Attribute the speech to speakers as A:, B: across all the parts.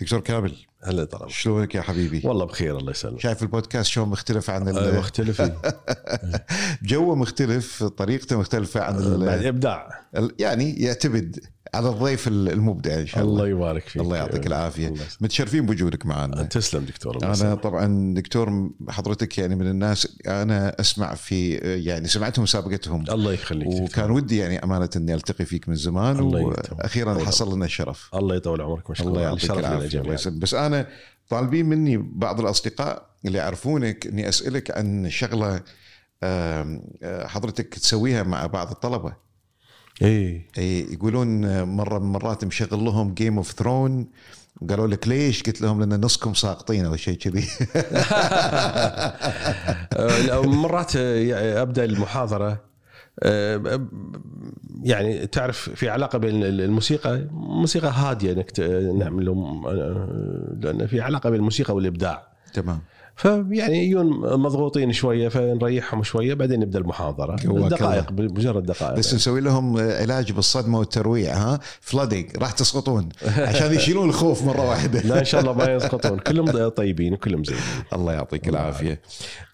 A: دكتور كامل
B: هلا طبعا
A: شلونك يا حبيبي
B: والله بخير الله يسلمك
A: شايف البودكاست شلون مختلف عن
B: آه،
A: ال-
B: مختلف آه،
A: جوه مختلف طريقته مختلفه عن
B: بعد
A: ال-
B: ابداع
A: ال- يعني يعتمد على الضيف ال- المبدع ان شاء الله
B: الله يبارك فيك
A: الله يعطيك العافيه
B: الله يسلمك. آه،
A: متشرفين بوجودك معنا
B: تسلم دكتور الله
A: انا
B: يسلمك.
A: طبعا دكتور حضرتك يعني من الناس انا اسمع في يعني سمعتهم سابقتهم
B: الله يخليك دكتور.
A: وكان ودي يعني امانه اني التقي فيك من زمان
B: الله يكرمك.
A: واخيرا حصل لنا الشرف
B: الله يطول عمرك ما شاء
A: الله
B: الله يعني
A: يعطيك
B: شرف لنا
A: العافيه الله
B: جميعا
A: يسلمك. بس انا طالبين مني بعض الاصدقاء اللي يعرفونك اني اسالك عن شغله آم، آه، حضرتك تسويها مع بعض الطلبه
B: اي
A: إي، يقولون آه، مره من المرات مشغل لهم جيم اوف ثرون وقالوا لك ليش؟ قلت لهم لان نصكم ساقطين او شيء كذي
B: مرات آه، يعني ابدا المحاضره آه، ب- يعني تعرف في علاقه بين ال- الموسيقى موسيقى هاديه انك ت- نعمل لهم آه، لان في علاقه بين الموسيقى والابداع
A: تمام
B: فيعني يجون مضغوطين شويه فنريحهم شويه بعدين نبدا المحاضره
A: الله.
B: دقائق بمجرد دقائق
A: بس نسوي لهم آه، علاج بالصدمه والترويع ها فلودنج راح تسقطون عشان يشيلون الخوف مره واحده
B: لا ان شاء الله ما يسقطون كلهم طيبين وكلهم زين
A: الله يعطيك
B: الله
A: العافيه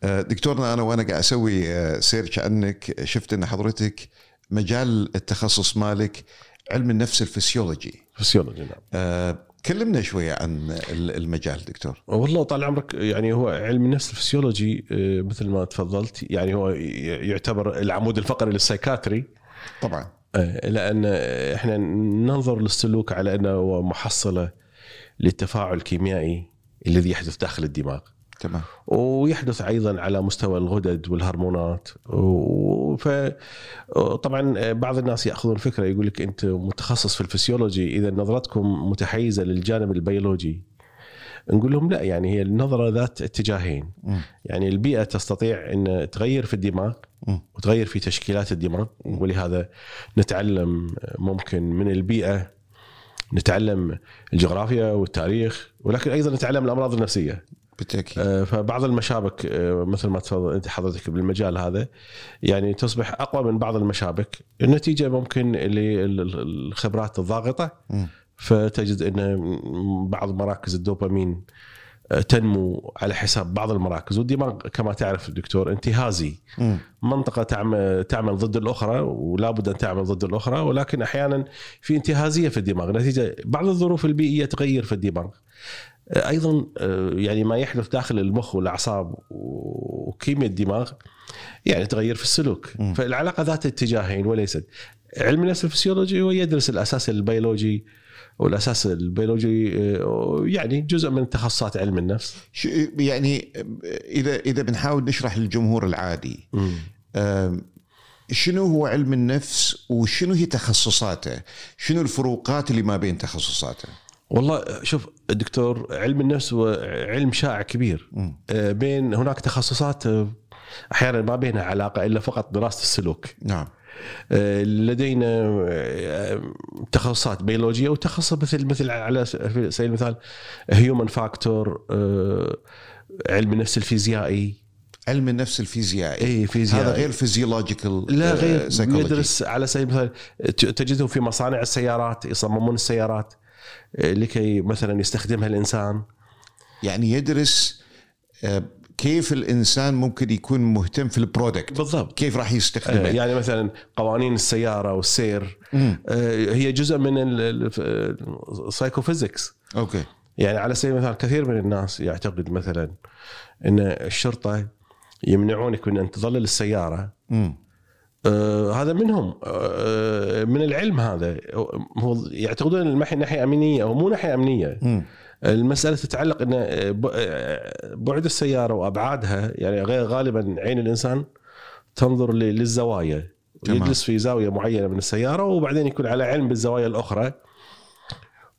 A: آه، دكتورنا انا وانا قاعد اسوي آه، سيرش عنك شفت ان حضرتك مجال التخصص مالك علم النفس الفسيولوجي
B: فسيولوجي نعم
A: آه، كلمنا شويه عن ال- المجال دكتور
B: والله طال عمرك يعني هو علم النفس الفسيولوجي آه، مثل ما تفضلت يعني هو ي- يعتبر العمود الفقري للسايكاتري
A: طبعا
B: آه، لان احنا ننظر للسلوك على انه هو محصله للتفاعل الكيميائي الذي يحدث داخل الدماغ
A: تمام
B: ويحدث ايضا على مستوى الغدد والهرمونات و- ف طبعا بعض الناس ياخذون فكره يقول لك انت متخصص في الفسيولوجي اذا نظرتكم متحيزه للجانب البيولوجي نقول لهم لا يعني هي النظره ذات اتجاهين
A: مم.
B: يعني البيئه تستطيع ان تغير في الدماغ
A: مم.
B: وتغير في تشكيلات الدماغ ولهذا نتعلم ممكن من البيئه نتعلم الجغرافيا والتاريخ ولكن ايضا نتعلم الامراض النفسيه
A: بالتاكيد
B: آه، فبعض المشابك آه، مثل ما تفضل انت حضرتك بالمجال هذا يعني تصبح اقوى من بعض المشابك النتيجه ممكن للخبرات الضاغطه
A: مم.
B: فتجد ان بعض مراكز الدوبامين آه، تنمو على حساب بعض المراكز والدماغ كما تعرف دكتور انتهازي
A: مم.
B: منطقه تعمل تعمل ضد الاخرى ولا بد ان تعمل ضد الاخرى ولكن احيانا في انتهازيه في الدماغ نتيجه بعض الظروف البيئيه تغير في الدماغ ايضا آه، يعني ما يحدث داخل المخ والاعصاب وكيمياء الدماغ يعني تغير في السلوك
A: مم.
B: فالعلاقه ذات اتجاهين وليست علم النفس الفسيولوجي هو يدرس الاساس البيولوجي والاساس البيولوجي آه، يعني جزء من تخصصات علم النفس
A: شو- يعني آه، اذا اذا بنحاول نشرح للجمهور العادي آم، شنو هو علم النفس وشنو هي تخصصاته؟ شنو الفروقات اللي ما بين تخصصاته؟
B: والله شوف دكتور علم النفس هو علم شائع كبير
A: مم.
B: آه، بين هناك تخصصات آه، احيانا ما بينها علاقه الا فقط دراسه السلوك
A: نعم
B: آه، لدينا آه، تخصصات بيولوجيه وتخصص مثل مثل على سبيل المثال هيومن فاكتور علم النفس الفيزيائي
A: علم النفس الفيزيائي
B: اي فيزيائي
A: هذا غير آه، فيزيولوجيكال
B: يعني لا غير يدرس على سبيل المثال ت- تجدهم في مصانع السيارات يصممون السيارات آه، لكي مثلا يستخدمها الانسان
A: يعني يدرس آه، كيف الانسان ممكن يكون مهتم في البرودكت
B: بالضبط
A: كيف راح يستخدمه
B: آه، يعني مثلا قوانين السياره والسير
A: مم.
B: آه، هي جزء من السايكوفيزكس
A: اوكي
B: يعني على سبيل المثال كثير من الناس يعتقد مثلا ان الشرطه يمنعونك من ان تظلل السياره
A: مم.
B: آه هذا منهم آه من العلم هذا هو يعتقدون ان المحي ناحيه امنيه او مو ناحيه امنيه
A: مم.
B: المساله تتعلق ان آه، ب- آه، بعد السياره وابعادها يعني غير غالبا عين الانسان تنظر ل- للزوايا
A: تمام.
B: يجلس في زاويه معينه من السياره وبعدين يكون على علم بالزوايا الاخرى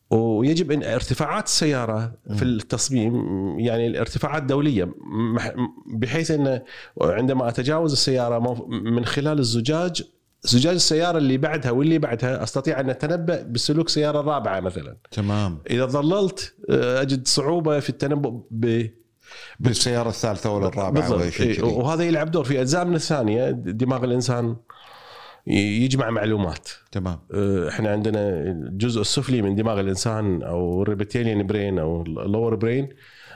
B: ويجب ان ارتفاعات السياره في التصميم يعني الارتفاعات دوليه مح- بحيث ان عندما اتجاوز السياره مو- من خلال الزجاج زجاج السياره اللي بعدها واللي بعدها استطيع ان اتنبا بسلوك سياره رابعه مثلا
A: تمام
B: اذا ظللت آه، اجد صعوبه في التنبؤ ب
A: بالسياره الثالثه ولا الرابعه
B: بالضبط.
A: ولا شيء
B: إيه،
A: كذي
B: وهذا يلعب دور في اجزاء من الثانيه دماغ الانسان يجمع معلومات
A: تمام
B: احنا عندنا الجزء السفلي من دماغ الانسان او الريبتيليان برين او اللور برين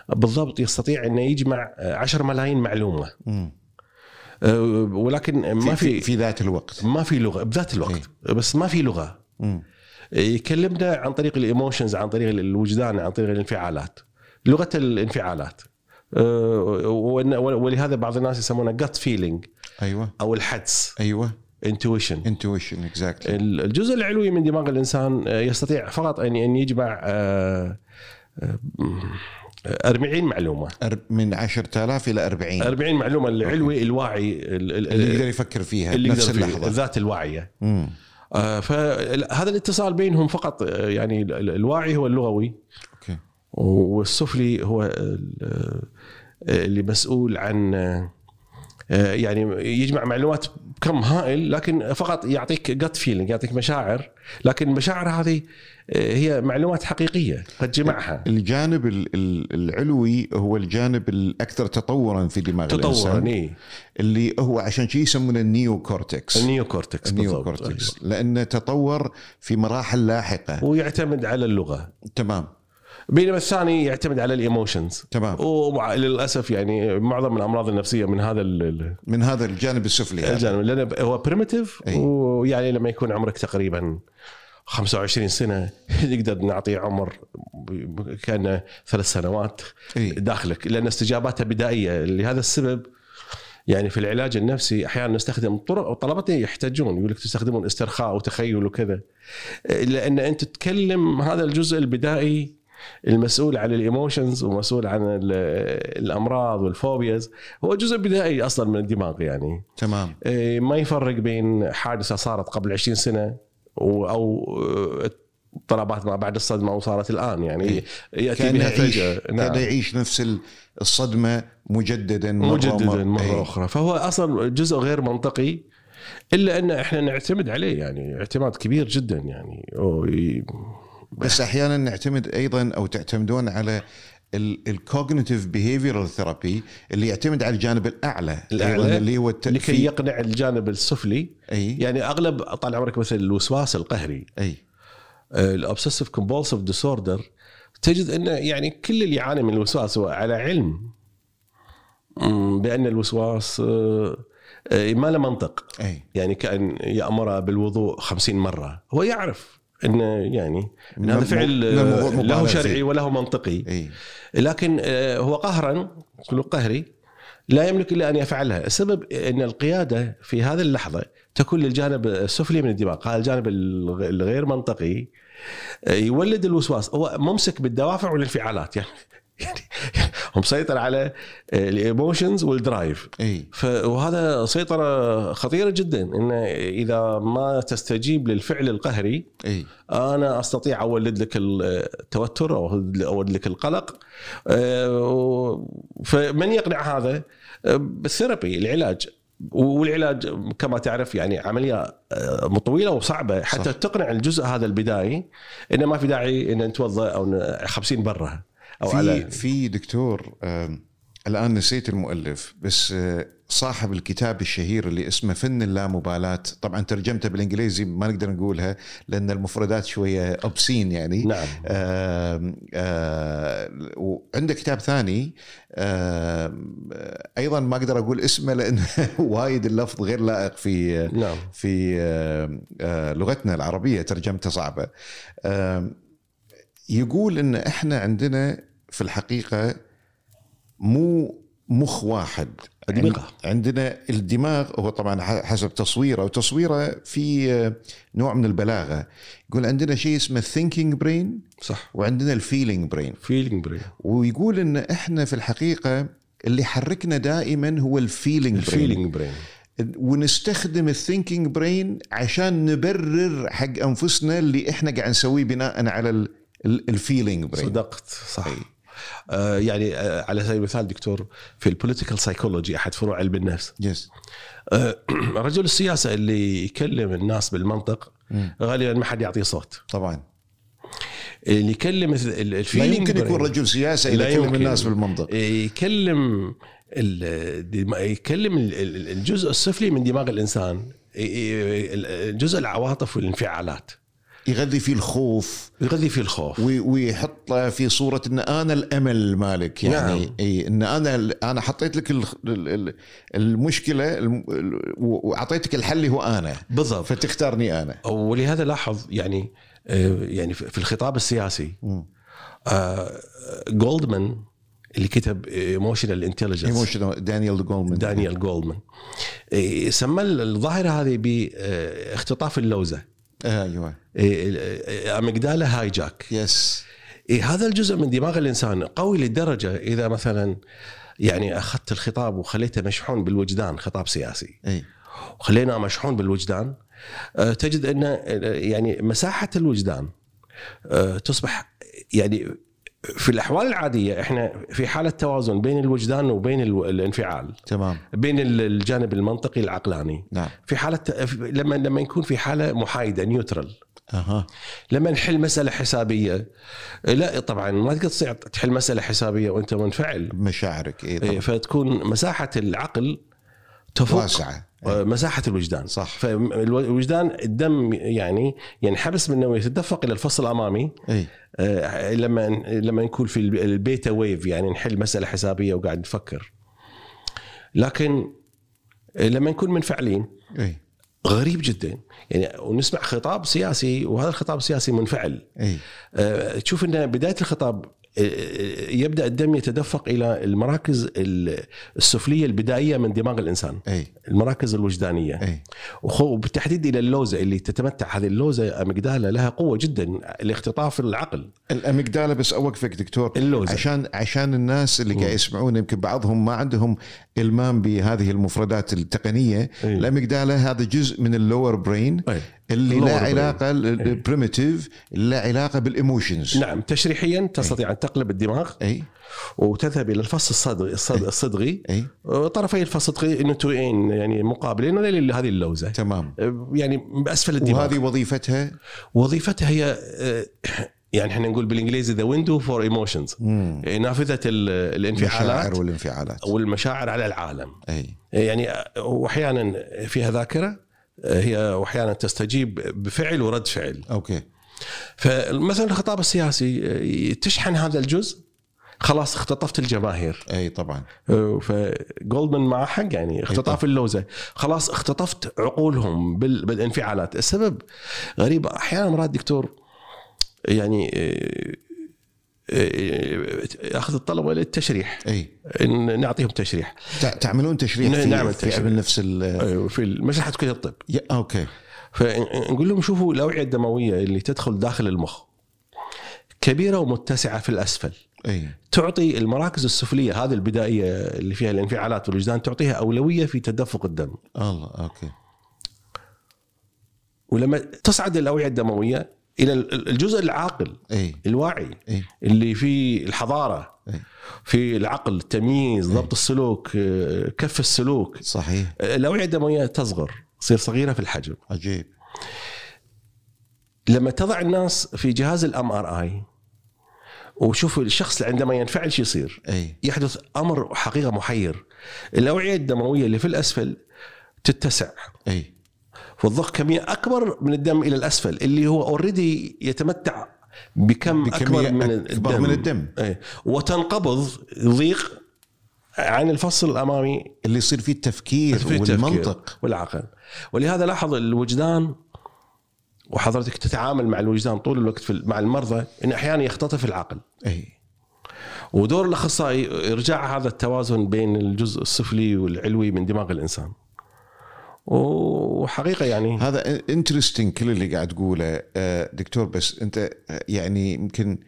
B: بالضبط يستطيع انه يجمع 10 ملايين معلومه
A: مم.
B: أه، ولكن ما
A: في,
B: في
A: في ذات الوقت
B: ما في إيه. لغه بذات الوقت بس ما في لغه
A: مم.
B: يكلمنا عن طريق الايموشنز عن طريق الوجدان عن طريق الانفعالات لغه الانفعالات أه، وإن- ولهذا بعض الناس يسمونها جت فيلينج
A: ايوه
B: او الحدس
A: ايوه
B: انتويشن
A: انتويشن اكزاكتلي
B: الجزء العلوي من دماغ الانسان آه، يستطيع فقط ان ان يجمع آه، آه، 40 معلومه
A: من 10000 الى 40
B: 40 معلومه العلوي الواعي ال- ال-
A: اللي يقدر يفكر فيها
B: اللي
A: بنفس
B: يقدر فيه،
A: اللحظه
B: الذات الواعيه
A: مم.
B: آه، فهذا الاتصال بينهم فقط آه، يعني ال- ال- الواعي هو اللغوي
A: اوكي
B: والسفلي هو ال- آه، اللي مسؤول عن آه، آه، يعني يجمع معلومات بكم هائل لكن فقط يعطيك جت فيلينج يعطيك مشاعر لكن المشاعر هذه آه، هي معلومات حقيقيه قد جمعها
A: يعني الجانب ال- ال- العلوي هو الجانب الاكثر تطورا في دماغ
B: تطورا
A: الانسان
B: إيه.
A: اللي هو عشان شيء يسمونه النيو كورتكس
B: النيو كورتكس
A: النيو
B: بالضبط إيه.
A: كورتكس لانه تطور في مراحل لاحقه
B: ويعتمد على اللغه
A: تمام
B: بينما الثاني يعتمد على الايموشنز
A: تمام
B: وللاسف يعني معظم الامراض النفسيه من هذا ال- ال-
A: من هذا الجانب السفلي هذا.
B: الجانب لان هو بريمتيف
A: أي.
B: ويعني لما يكون عمرك تقريبا 25 سنه نقدر نعطيه عمر كانه ثلاث سنوات
A: إي.
B: داخلك لان استجاباته بدائيه لهذا السبب يعني في العلاج النفسي احيانا نستخدم طرق طلبتي يحتاجون يقول لك تستخدمون استرخاء وتخيل وكذا لان انت تتكلم هذا الجزء البدائي المسؤول عن الايموشنز ومسؤول عن ال- الامراض والفوبياز هو جزء بدائي اصلا من الدماغ يعني
A: تمام
B: إيه، ما يفرق بين حادثه صارت قبل 20 سنه و- او آه، اضطرابات ما بعد الصدمه وصارت الان يعني ياتي
A: إيه. كان
B: بها
A: يعيش
B: فجاه نعم.
A: كان يعيش نفس ال- الصدمه مجددا مرة إيه.
B: مجددا
A: أي.
B: مره اخرى فهو اصلا جزء غير منطقي الا ان احنا نعتمد عليه يعني اعتماد كبير جدا يعني أو ي-
A: بس احيانا نعتمد ايضا او تعتمدون على الكوجنيتيف بيهيفيرال ثيرابي اللي يعتمد على الجانب الاعلى
B: الأعلى
A: أيضاً اللي هو التأثير
B: لكي يقنع الجانب السفلي
A: اي
B: يعني اغلب طال عمرك مثل الوسواس القهري
A: اي
B: آه، الاوبسيسيف كومبولسيف ديسوردر تجد انه يعني كل اللي يعاني من الوسواس هو على علم أمم، بان الوسواس آه، آه، ما له منطق
A: اي
B: يعني كان يامره بالوضوء خمسين مره هو يعرف انه يعني إن هذا
A: مو-
B: فعل
A: إن الموضوع
B: آه،
A: مبالغ
B: له
A: فيه.
B: شرعي وله منطقي
A: اي
B: لكن آه، هو قهرا سلوك قهري لا يملك الا ان يفعلها، السبب ان القياده في هذه اللحظه تكون للجانب السفلي من الدماغ، هذا الجانب الغ- الغير منطقي آه، يولد الوسواس، هو ممسك بالدوافع والانفعالات يعني يعني هو مسيطر على الايموشنز والدرايف
A: اي
B: ف- وهذا سيطره خطيره جدا انه اذا ما تستجيب للفعل القهري
A: اي
B: انا استطيع اولد لك التوتر او اولد لك القلق أه، و- فمن يقنع هذا أه، بالثيرابي العلاج والعلاج كما تعرف يعني عمليه أه، طويله وصعبه حتى
A: صح.
B: صح. تقنع الجزء هذا البدائي انه ما في داعي ان نتوضا او ن- 50 مره او على
A: في في دكتور آم، الان نسيت المؤلف بس آه، صاحب الكتاب الشهير اللي اسمه فن اللامبالاه طبعا ترجمته بالانجليزي ما نقدر نقولها لان المفردات شويه اوبسين يعني
B: نعم
A: آم، آه، وعنده كتاب ثاني آم، آه، ايضا ما اقدر اقول اسمه لان وايد اللفظ غير لائق في آه،
B: نعم
A: في آم، آه، لغتنا العربيه ترجمته صعبه آم، يقول ان احنا عندنا في الحقيقه مو مخ واحد
B: أدمغة.
A: عندنا الدماغ هو طبعا حسب تصويره وتصويره في آه، نوع من البلاغه يقول عندنا شيء اسمه thinking برين
B: صح
A: وعندنا الفيلينج برين
B: فيلينج برين
A: ويقول ان احنا في الحقيقه اللي يحركنا دائما هو الفيلينج برين
B: الفيلينج برين
A: ونستخدم الثينكينج برين عشان نبرر حق انفسنا اللي احنا قاعد نسويه بناء على ال- ال- الفيلينج برين
B: صدقت صح آه يعني آه على سبيل المثال دكتور في البوليتيكال سايكولوجي احد فروع علم النفس
A: يس
B: آه، رجل السياسه اللي يكلم الناس بالمنطق غالبا ما حد يعطيه صوت
A: طبعا
B: اللي يكلم
A: لا
B: الفيلينج
A: يمكن يكون رجل سياسه اذا
B: لا
A: كلم
B: يمكن.
A: الناس بالمنطق
B: يكلم ال- دم- يكلم ال- ال- الجزء السفلي من دماغ الانسان جزء العواطف والانفعالات
A: يغذي فيه الخوف
B: يغذي فيه الخوف
A: وي- ويحط له في صوره ان انا الامل مالك يعني
B: نعم.
A: اي ان انا انا حطيت لك ال- ال- ال- المشكله الم- ال- واعطيتك الحل اللي هو انا
B: بالضبط
A: فتختارني انا
B: ولهذا لاحظ يعني آه، يعني في في الخطاب السياسي
A: مم.
B: آه، جولدمان اللي كتب ايموشنال انتليجنس
A: Emotional- دانيال جولمن
B: دانيال جولدمان آه، سمى الظاهره هذه إيه، باختطاف اللوزه
A: ايوه
B: آه، اميجدالا هايجاك
A: يس
B: إيه هذا الجزء من دماغ الانسان قوي للدرجه اذا مثلا يعني اخذت الخطاب وخليته مشحون بالوجدان خطاب سياسي
A: اي
B: وخليناه مشحون بالوجدان آه، تجد ان آه، يعني مساحه الوجدان آه، تصبح يعني في الاحوال العاديه احنا في حاله توازن بين الوجدان وبين الو- الانفعال
A: تمام
B: بين ال- الجانب المنطقي العقلاني
A: نعم
B: في حاله لما لما يكون في حاله محايده نيوترال
A: اها
B: لما نحل مساله حسابيه لا طبعا ما تقدر تصير تحل مساله حسابيه وانت منفعل
A: بمشاعرك اي
B: إيه،
A: طبعاً.
B: فتكون مساحه العقل تفوق
A: واسعه
B: آه، مساحه الوجدان
A: إيه، صح.
B: فالوجدان الدم يعني ينحبس منه ويتدفق الى الفص الامامي
A: اي
B: آه، لما لما نكون في الب- البيتا ويف يعني نحل مساله حسابيه وقاعد نفكر لكن آه، لما نكون منفعلين
A: اي
B: غريب جدا يعني ونسمع خطاب سياسي وهذا الخطاب السياسي منفعل
A: اي
B: آه، تشوف ان بدايه الخطاب آه، يبدا الدم يتدفق الى المراكز ال- السفليه البدائيه من دماغ الانسان
A: اي
B: المراكز الوجدانيه
A: اي
B: وخو- وبالتحديد الى اللوزه اللي تتمتع هذه اللوزه اميجدالا لها قوه جدا لاختطاف العقل
A: الاميجدالا بس اوقفك دكتور
B: اللوزة.
A: عشان عشان الناس اللي قاعد يسمعون يمكن بعضهم ما عندهم المام بهذه المفردات التقنيه
B: أي.
A: الاميجدالا هذا جزء من اللور برين
B: أي.
A: اللي لا
B: Lower brain. إيه.
A: علاقه البريمتيف لا علاقه بالايموشنز
B: نعم تشريحيا تستطيع ان تقلب الدماغ
A: اي
B: وتذهب الى الفص الصدغي الصد- الصدغي آه،
A: اي
B: طرفي الفص الصدغي نتوئين يعني مقابلين ولل- هذه اللوزه
A: تمام
B: آه، يعني باسفل الدماغ
A: وهذه وظيفتها
B: وظيفتها هي آه، يعني احنا نقول بالانجليزي ذا ويندو فور ايموشنز
A: مم.
B: نافذه إيه، ال-
A: المشاعر
B: الانفعالات
A: والانفعالات إيه،
B: والمشاعر على العالم
A: اي
B: يعني آه، واحيانا فيها ذاكره آه، هي واحيانا تستجيب بفعل ورد فعل
A: اوكي
B: فمثلا الخطاب السياسي آه، تشحن هذا الجزء خلاص اختطفت الجماهير
A: اي طبعا
B: آه، فجولدمان معه حق يعني اختطاف اللوزه خلاص اختطفت عقولهم بال- بالانفعالات السبب غريب احيانا مرات دكتور يعني آه، آه، اخذ الطلبه للتشريح
A: اي
B: إن نعطيهم تشريح
A: تع- تعملون تشريح في-
B: نعمل
A: في
B: تشريح.
A: عمل نفس ال
B: آه، في مشرحه كليه الطب
A: يا- اوكي
B: فنقول لهم شوفوا الاوعيه الدمويه اللي تدخل داخل المخ كبيره ومتسعه في الاسفل
A: اي
B: تعطي المراكز السفليه هذه البدائيه اللي فيها الانفعالات والوجدان تعطيها اولويه في تدفق الدم
A: الله اوكي
B: ولما تصعد الاوعيه الدمويه الى ال- الجزء العاقل
A: اي
B: الواعي
A: اي
B: اللي في الحضاره
A: إيه.
B: في العقل التمييز ضبط السلوك آه، كف السلوك
A: صحيح
B: آه، الاوعيه الدمويه تصغر تصير صغيره في الحجم
A: عجيب
B: لما تضع الناس في جهاز الام ار اي وشوف الشخص عندما ينفعل شو يصير
A: اي
B: يحدث امر حقيقه محير الاوعيه الدمويه اللي في الاسفل تتسع
A: اي
B: والضخ كميه اكبر من الدم الى الاسفل اللي هو اوريدي يتمتع بكم
A: بكمية
B: اكبر من
A: أكبر
B: الدم
A: من الدم.
B: أي. وتنقبض ضيق عن الفصل الامامي
A: اللي يصير فيه التفكير
B: في التفكير
A: والمنطق
B: والعقل ولهذا لاحظ الوجدان وحضرتك تتعامل مع الوجدان طول الوقت في مع المرضى ان احيانا يختطف العقل
A: اي
B: ودور الاخصائي ارجاع هذا التوازن بين الجزء السفلي والعلوي من دماغ الانسان وحقيقه يعني
A: هذا انترستنج كل اللي قاعد تقوله آه، دكتور بس انت آه، يعني يمكن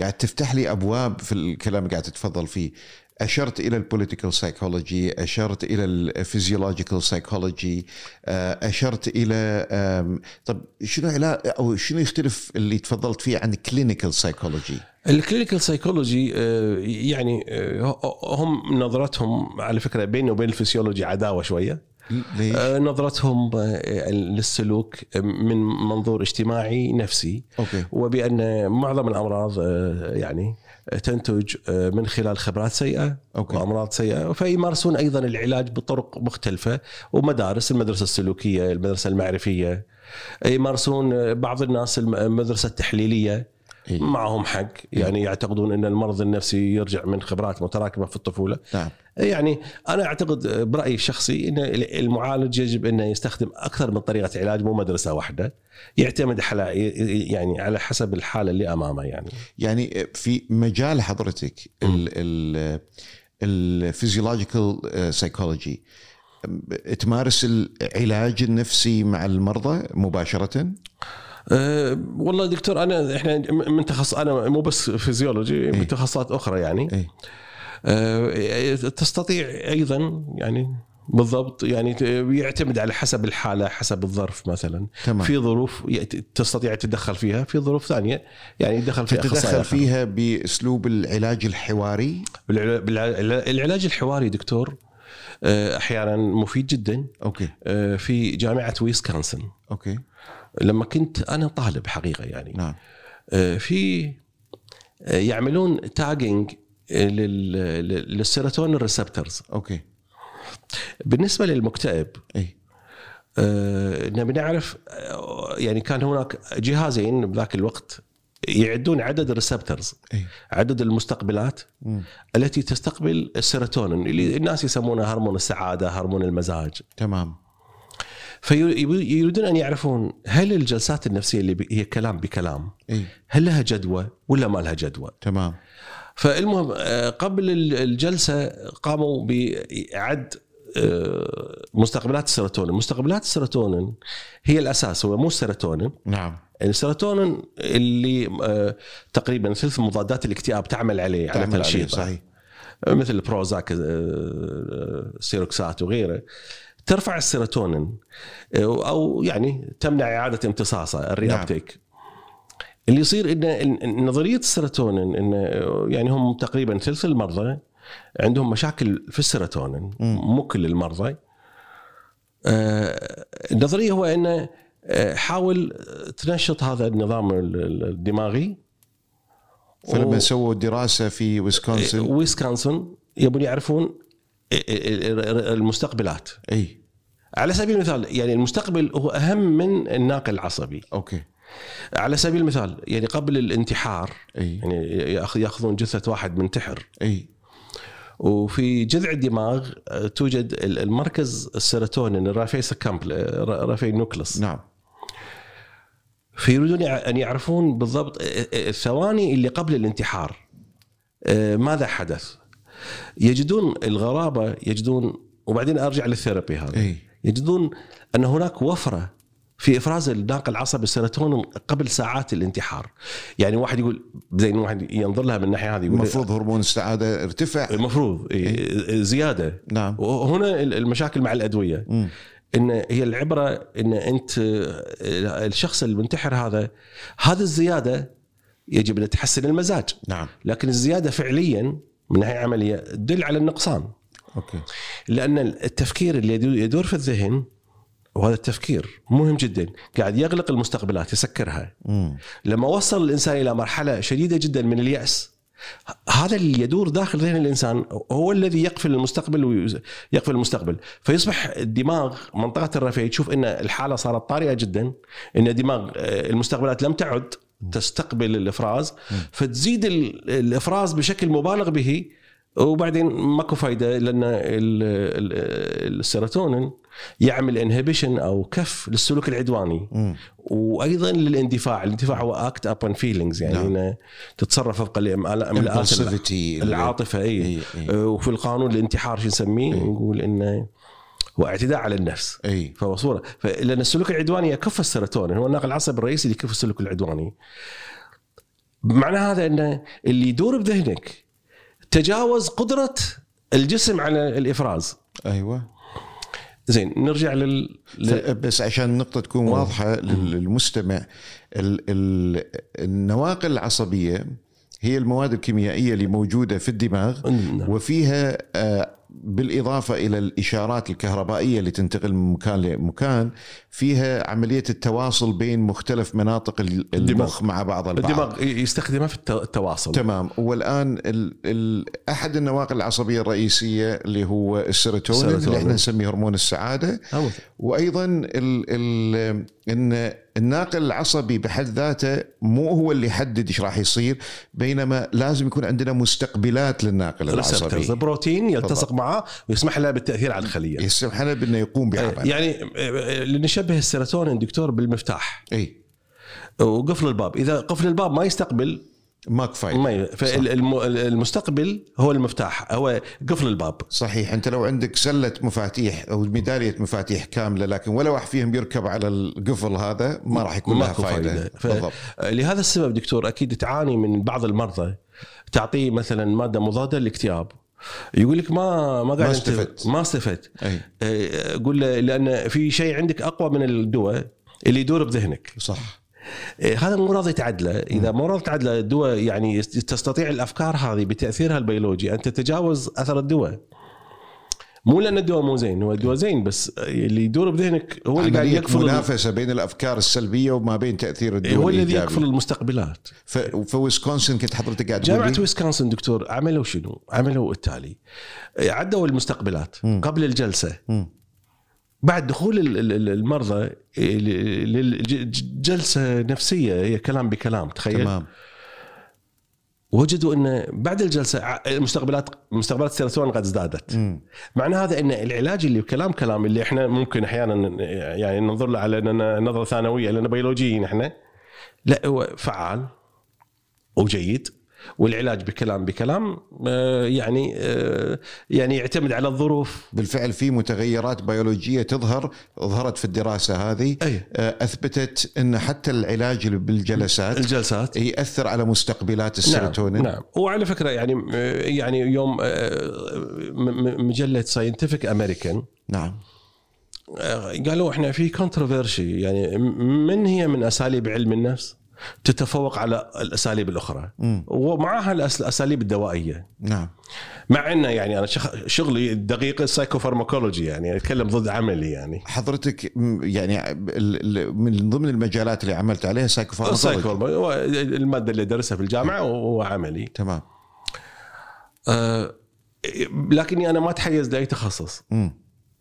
A: قاعد تفتح لي ابواب في الكلام اللي قاعد تتفضل فيه اشرت الى البوليتيكال سايكولوجي اشرت الى الفيزيولوجيكال سايكولوجي اشرت الى آه، آم، طب شنو علاقه او شنو يختلف اللي تفضلت فيه عن كلينيكال سايكولوجي
B: الكلينيكال سايكولوجي آه، يعني آه، هم نظرتهم على فكره بيني وبين الفسيولوجي عداوه شويه
A: ليش؟
B: آه، نظرتهم آه، للسلوك آه، من منظور اجتماعي نفسي
A: اوكي
B: وبان معظم الامراض آه، يعني تنتج آه، من خلال خبرات سيئه
A: أوكي.
B: وامراض سيئه فيمارسون ايضا العلاج بطرق مختلفه ومدارس المدرسه السلوكيه، المدرسه المعرفيه يمارسون آه، بعض الناس الم- المدرسه التحليليه
A: إيه.
B: معهم حق يعني يعتقدون ان المرض النفسي يرجع من خبرات متراكمه في الطفوله
A: نعم
B: يعني انا اعتقد برايي الشخصي ان المعالج يجب انه يستخدم اكثر من طريقه علاج مو مدرسه واحده يعتمد على يعني على حسب الحاله اللي امامه يعني
A: يعني في مجال حضرتك ال ال الفيزيولوجيكال سايكولوجي تمارس العلاج النفسي مع المرضى مباشره
B: أه والله دكتور انا احنا من تخصص انا مو بس فيزيولوجي من تخصصات اخرى يعني
A: إيه.
B: أه تستطيع ايضا يعني بالضبط يعني ت- يعتمد على حسب الحاله حسب الظرف مثلا
A: تمام
B: في ظروف ي- تستطيع تتدخل فيها في ظروف ثانيه يعني يتدخل فيها أخصائي
A: تتدخل
B: آخر.
A: فيها باسلوب العلاج الحواري
B: بالعلا- بالع- العلاج الحواري دكتور آه، احيانا مفيد جدا
A: اوكي
B: آه، في جامعه ويسكونسن
A: اوكي
B: لما كنت انا طالب حقيقه يعني
A: نعم
B: آه، في آه، يعملون تاجنج للسيروتونين ريسبتورز
A: اوكي
B: بالنسبه للمكتئب
A: اي
B: آه، نبي نعرف آه، يعني كان هناك جهازين بذاك الوقت يعدون عدد الريسبترز
A: اي
B: عدد المستقبلات
A: إيه. مم.
B: التي تستقبل السيروتونين اللي الناس يسمونه هرمون السعاده هرمون المزاج
A: تمام
B: فيريدون ان يعرفون هل الجلسات النفسيه اللي بي- هي كلام بكلام
A: اي
B: هل لها جدوى ولا ما لها جدوى
A: إيه، تمام
B: فالمهم آه، قبل ال- الجلسه قاموا بعد آه، مستقبلات السيروتونين مستقبلات السيروتونين هي الاساس هو مو السيروتونين
A: نعم
B: السيروتونين اللي آه، تقريبا ثلث مضادات الاكتئاب تعمل عليه على
A: تعمل شيء
B: تنشيطه
A: صحيح
B: مثل بروزاك آه، سيروكسات وغيره ترفع السيروتونين آه، او يعني تمنع اعاده امتصاصه الري
A: نعم.
B: ابتيك اللي يصير ان إن- إن نظريه السيروتونين ان آه، يعني هم تقريبا ثلث المرضى عندهم مشاكل في السيروتونين
A: مم.
B: مو كل المرضى آه، النظريه هو انه آه، حاول تنشط هذا النظام ال- ال- الدماغي
A: فلما
B: و-
A: سووا دراسه في ويسكونسن
B: إيه، ويسكونسن يبون يعرفون إيه، المستقبلات
A: اي
B: على سبيل المثال يعني المستقبل هو اهم من الناقل العصبي
A: اوكي
B: على سبيل المثال يعني قبل الانتحار
A: اي
B: يعني يأخ- ياخذون جثه واحد منتحر
A: اي
B: وفي جذع الدماغ آه، توجد ال- المركز السيروتونين الرافي سكامبل آه، را- رافي نوكلس
A: نعم
B: فيريدون يع- ان يعرفون بالضبط إيه، الثواني اللي قبل الانتحار آه، ماذا حدث يجدون الغرابه يجدون وبعدين ارجع للثيرابي هذا
A: اي
B: يجدون ان هناك وفره في افراز الناقل العصبي السيروتونين قبل ساعات الانتحار يعني واحد يقول زي إن واحد ينظر لها من الناحيه هذه يقول
A: المفروض هرمون السعاده ارتفع
B: المفروض إيه، زياده
A: نعم
B: وهنا ال- المشاكل مع الادويه
A: مم.
B: ان هي العبره ان انت الشخص المنتحر هذا هذا الزياده يجب ان تحسن المزاج
A: نعم
B: لكن الزياده فعليا من ناحيه عمليه تدل على النقصان
A: اوكي
B: لان التفكير اللي يدو- يدور في الذهن وهذا التفكير مهم جدا قاعد يغلق المستقبلات يسكرها
A: مم.
B: لما وصل الانسان الى مرحله شديده جدا من الياس ه- هذا اللي يدور داخل ذهن الانسان هو الذي يقفل المستقبل ويقفل المستقبل فيصبح الدماغ منطقه الرفيه تشوف ان الحاله صارت طارئه جدا ان دماغ آه، المستقبلات لم تعد تستقبل الافراز فتزيد ال- الافراز بشكل مبالغ به وبعدين ماكو فايده لان ال- ال- السيروتونين يعمل انهبيشن او كف للسلوك العدواني
A: مم.
B: وايضا للاندفاع، الاندفاع هو اكت ابون فيلينجز يعني
A: نعم.
B: نعم. تتصرف وفق الاملاءات
A: Impulsivity. إيه.
B: العاطفه اي
A: إي- إي.
B: أه، وفي القانون الانتحار شو نسميه؟
A: إيه.
B: نقول انه هو اعتداء على النفس
A: اي
B: فهو صوره ف- لان السلوك العدواني يكف السيروتونين هو الناقل العصبي الرئيسي اللي يكف السلوك العدواني. معنى هذا انه اللي يدور بذهنك تجاوز قدره الجسم على الافراز.
A: ايوه
B: زين نرجع لل لل-
A: ف- بس عشان النقطه تكون واضحه لل- للمستمع ال- ال- النواقل العصبيه هي المواد الكيميائيه اللي موجوده في الدماغ
B: نعم.
A: وفيها آه، بالاضافه الى الاشارات الكهربائيه اللي تنتقل من مكان لمكان فيها عمليه التواصل بين مختلف مناطق ال- المخ مع بعض البعض
B: الدماغ يستخدمها في الت- التواصل
A: تمام والان ال ال احد النواقل العصبيه الرئيسيه اللي هو السيروتونين اللي
B: السيروتونين.
A: احنا نسميه هرمون السعاده
B: أول.
A: وايضا ال ال ان الناقل العصبي بحد ذاته مو هو اللي يحدد ايش راح يصير بينما لازم يكون عندنا مستقبلات للناقل
B: الريسبتورز
A: العصبي
B: البروتين يلتصق معه ويسمح له بالتاثير على الخليه
A: يسمح لنا بانه يقوم بعمل
B: يعني آه، لنشبه السيروتونين دكتور بالمفتاح
A: اي
B: وقفل الباب اذا قفل الباب ما يستقبل
A: ماك فايد
B: ما ي... فالمستقبل هو المفتاح هو قفل الباب
A: صحيح انت لو عندك سله مفاتيح او ميداليه مفاتيح كامله لكن ولا واحد فيهم يركب على القفل هذا ما راح يكون لها
B: ماكو
A: فائده,
B: فايده
A: فايدة. بالضبط
B: ف... آه، لهذا السبب دكتور اكيد تعاني من بعض المرضى تعطيه مثلا ماده مضاده للاكتئاب يقول لك ما ما قاعد أنت-
A: استفدت.
B: ما استفدت
A: أي.
B: آه، قول له لان في شيء عندك اقوى من الدواء اللي يدور بذهنك
A: صح
B: آه، هذا مو راضي يتعدله اذا مو راضي تعدله الدواء يعني يست- تستطيع الافكار هذه بتاثيرها البيولوجي ان تتجاوز اثر الدواء مو لان الدواء مو زين هو الدواء زين بس آه، اللي يدور بذهنك هو اللي قاعد
A: عملية
B: يقفل ال-
A: منافسه بين الافكار السلبيه وما بين تاثير الدول
B: هو الذي
A: الإيجابي.
B: يقفل المستقبلات
A: ف... فويسكونسن كنت حضرتك قاعد تقول
B: جامعه
A: لي؟
B: ويسكونسن دكتور عملوا شنو؟ عملوا التالي إيه، عدوا المستقبلات
A: مم.
B: قبل الجلسه
A: مم.
B: بعد دخول ال- ال- ال- المرضى إيه، للجلسه نفسيه هي كلام بكلام تخيل
A: تمام
B: وجدوا ان بعد الجلسه ع- المستقبلات مستقبلات السيروتونين قد ازدادت
A: مم.
B: معنى هذا ان العلاج اللي بكلام كلام اللي احنا ممكن احيانا ن- يعني ننظر له على اننا نظره ثانويه لان بيولوجيين احنا لا هو فعال وجيد والعلاج بكلام بكلام آه، يعني آه، يعني يعتمد على الظروف
A: بالفعل في متغيرات بيولوجيه تظهر ظهرت في الدراسه هذه
B: أي.
A: آه، اثبتت ان حتى العلاج بالجلسات
B: الجلسات
A: إيه، ياثر على مستقبلات السيروتونين
B: نعم, نعم وعلى فكره يعني يعني يوم آه، م- م- مجله ساينتفك امريكان
A: نعم
B: آه، قالوا احنا في كونتروفيرشي يعني م- من هي من اساليب علم النفس تتفوق على الاساليب الاخرى
A: مم.
B: ومعها الأس- الاساليب الدوائيه
A: نعم
B: مع انه يعني انا شخ- شغلي الدقيق السايكوفارماكولوجي يعني اتكلم ضد عملي يعني
A: حضرتك م- يعني ال- ال- من ضمن المجالات اللي عملت عليها سايكوفارماكولوجي
B: السايكوفارما- هو الماده اللي درسها في الجامعه وهو عملي
A: تمام
B: أه لكني انا ما اتحيز لاي تخصص
A: مم.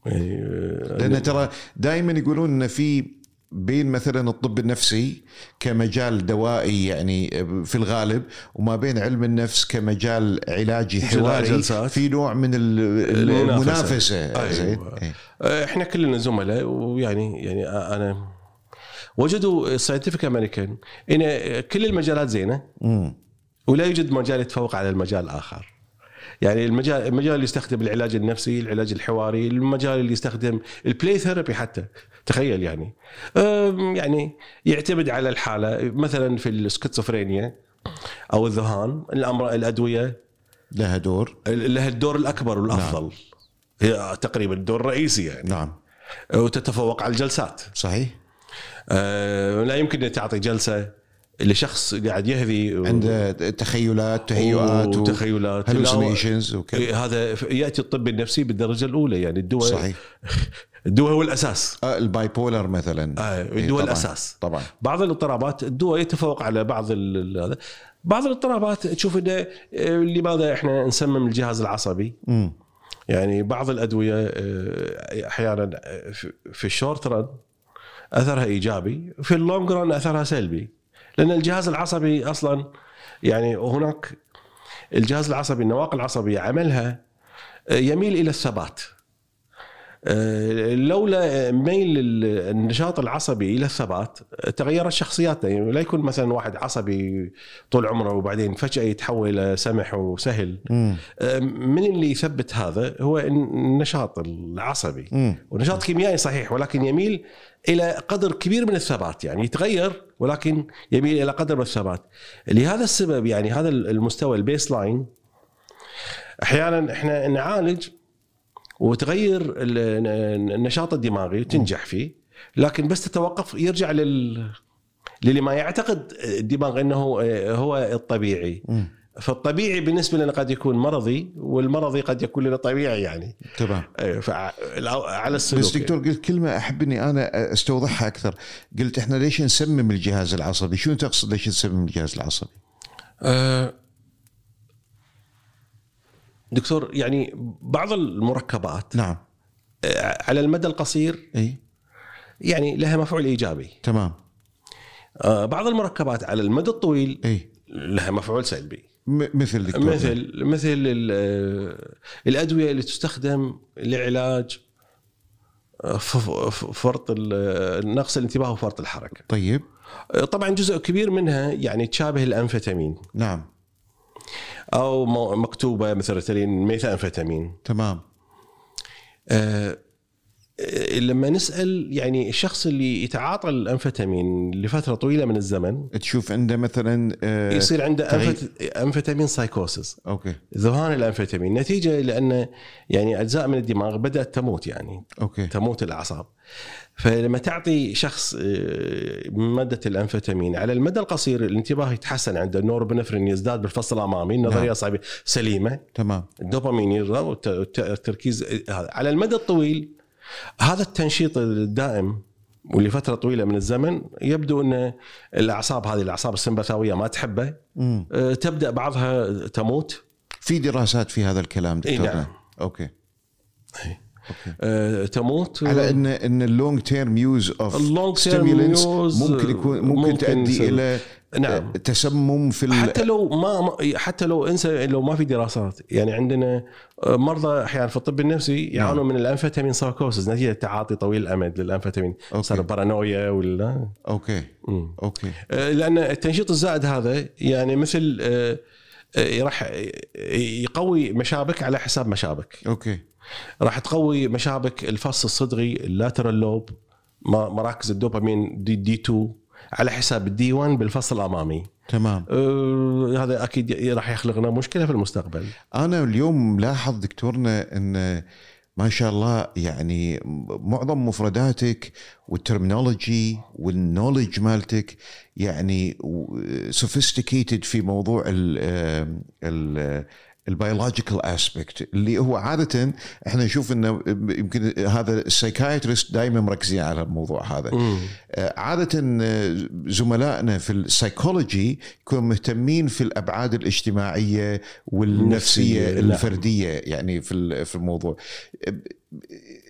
B: يعني آه،
A: لان ترى دائما يقولون ان في بين مثلا الطب النفسي كمجال دوائي يعني في الغالب وما بين علم النفس كمجال علاجي حواري
B: جلسات.
A: في نوع من ال- ال-
B: المنافسة.
A: المنافسه
B: أيوة.
A: زين إيه.
B: احنا آه، كلنا زملاء ويعني يعني انا وجدوا الساينتفك امريكان ان كل المجالات زينه
A: مم.
B: ولا يوجد مجال يتفوق على المجال الاخر. يعني المجال المجال اللي يستخدم العلاج النفسي، العلاج الحواري، المجال اللي يستخدم البلاي ثيرابي حتى تخيل يعني أم، يعني يعتمد على الحاله مثلا في السكيزوفرينيا او الذهان الامر الادويه
A: لها دور
B: لها الدور الاكبر والافضل هي تقريبا الدور الرئيسي يعني
A: نعم
B: وتتفوق على الجلسات
A: صحيح
B: آه، لا يمكن ان تعطي جلسه لشخص قاعد يهذي و-
A: عنده تخيلات تهيؤات
B: وتخيلات
A: هلوسينيشنز
B: لا،
A: وكذا
B: إيه، هذا ف- ياتي الطب النفسي بالدرجه الاولى يعني الدواء
A: صحيح
B: الدواء هو الاساس
A: آه، الباي بولر مثلا
B: آه،
A: إيه،
B: الدواء
A: طبعاً.
B: الأساس.
A: طبعا
B: بعض الاضطرابات الدواء يتفوق على بعض ال- ال- هذا بعض الاضطرابات تشوف انه آه، لماذا احنا نسمم الجهاز العصبي
A: مم.
B: يعني بعض الادويه آه، احيانا آه، في- في الشورت رن اثرها ايجابي في اللونج رن اثرها سلبي لان الجهاز العصبي اصلا يعني هناك الجهاز العصبي النواقل العصبيه عملها آه، يميل الى الثبات آه، لولا ميل ال- النشاط العصبي الى الثبات آه، تغيرت شخصياتنا يعني لا يكون مثلا واحد عصبي طول عمره وبعدين فجاه يتحول الى سمح وسهل
A: مم.
B: آه، من اللي يثبت هذا هو النشاط العصبي
A: مم.
B: ونشاط كيميائي صحيح ولكن يميل الى قدر كبير من الثبات يعني يتغير ولكن يميل الى قدر من الثبات لهذا السبب يعني هذا المستوى البيس لاين احيانا احنا نعالج وتغير ال- النشاط الدماغي وتنجح فيه لكن بس تتوقف يرجع لل للي ما يعتقد الدماغ انه آه، هو الطبيعي
A: مم.
B: فالطبيعي بالنسبه لنا قد يكون مرضي والمرضي قد يكون لنا طبيعي يعني
A: تمام
B: إيه، فع- الأو- على السلوك
A: بس دكتور قلت كلمة أحب إني أنا أستوضحها أكثر قلت إحنا ليش نسمم الجهاز العصبي شنو تقصد ليش نسمم الجهاز العصبي
B: آه، دكتور يعني بعض المركبات
A: نعم
B: آه، على المدى القصير
A: أي
B: يعني لها مفعول ايجابي
A: تمام
B: آه، بعض المركبات على المدى الطويل
A: أي
B: لها مفعول سلبي
A: م- مثل دكتور
B: مثل مثل ال- آه، الادويه اللي تستخدم لعلاج آه، ف- ف- فرط ال- آه، نقص الانتباه وفرط الحركه
A: طيب
B: آه، طبعا جزء كبير منها يعني تشابه الانفيتامين
A: نعم
B: او مو- مكتوبه مثل ريتالين ميثامفيتامين
A: تمام
B: آه، آه، لما نسال يعني الشخص اللي يتعاطى الانفيتامين لفتره طويله من الزمن
A: تشوف عنده مثلا آه
B: يصير عنده
A: تغيير.
B: أنفت- انفيتامين سايكوسس
A: أوكي
B: ذهان الانفيتامين نتيجه لان يعني اجزاء من الدماغ بدات تموت يعني
A: أوكي
B: تموت الاعصاب فلما تعطي شخص آه، ماده الانفيتامين على المدى القصير الانتباه يتحسن عنده النوربنفرين يزداد بالفص الامامي النظريه
A: نعم.
B: صعبة سليمه
A: تمام
B: الدوبامين يرضى والت- والت- التركيز هذا على المدى الطويل هذا التنشيط الدائم ولفتره طويله من الزمن يبدو ان الاعصاب هذه الاعصاب السمبثاويه ما تحبه
A: مم.
B: آه، تبدا بعضها تموت
A: في دراسات في هذا الكلام دكتور
B: إي نعم.
A: أوكي
B: آه، تموت
A: على ان ان اللونج تيرم يوز اوف
B: اللونج term use
A: ممكن يكون ممكن,
B: ممكن
A: تؤدي
B: يصير.
A: الى
B: نعم.
A: تسمم في ال-
B: حتى لو ما ما- حتى لو انسى لو ما في دراسات يعني عندنا آه، مرضى احيانا في الطب النفسي يعانون
A: نعم.
B: من الانفيتامين ساركوسز نتيجه تعاطي طويل الامد للانفيتامين
A: أوكي.
B: صار بارانويا ولا
A: اوكي
B: مم.
A: اوكي
B: آه، لان التنشيط الزائد هذا يعني مثل آه، آه، راح آه، يقوي مشابك على حساب مشابك
A: اوكي
B: راح تقوي مشابك الفص الصدغي اللاترال لوب ما- مراكز الدوبامين دي, دي 2 على حساب الدي 1 بالفص الامامي
A: تمام
B: آه، هذا اكيد ي- راح يخلق لنا مشكله في المستقبل
A: انا اليوم ملاحظ دكتورنا ان ما شاء الله يعني معظم مفرداتك والترمينولوجي والنولج مالتك يعني سوفيستيكيتد في موضوع آه، ال البيولوجيكال اسبكت اللي هو عاده احنا نشوف انه يمكن هذا السايكايترست دائما مركزين على الموضوع هذا آه، عادة آه، زملائنا في السايكولوجي يكونوا مهتمين في الأبعاد الاجتماعية والنفسية
B: نفسية، نعم.
A: الفردية يعني في ال- في الموضوع آه،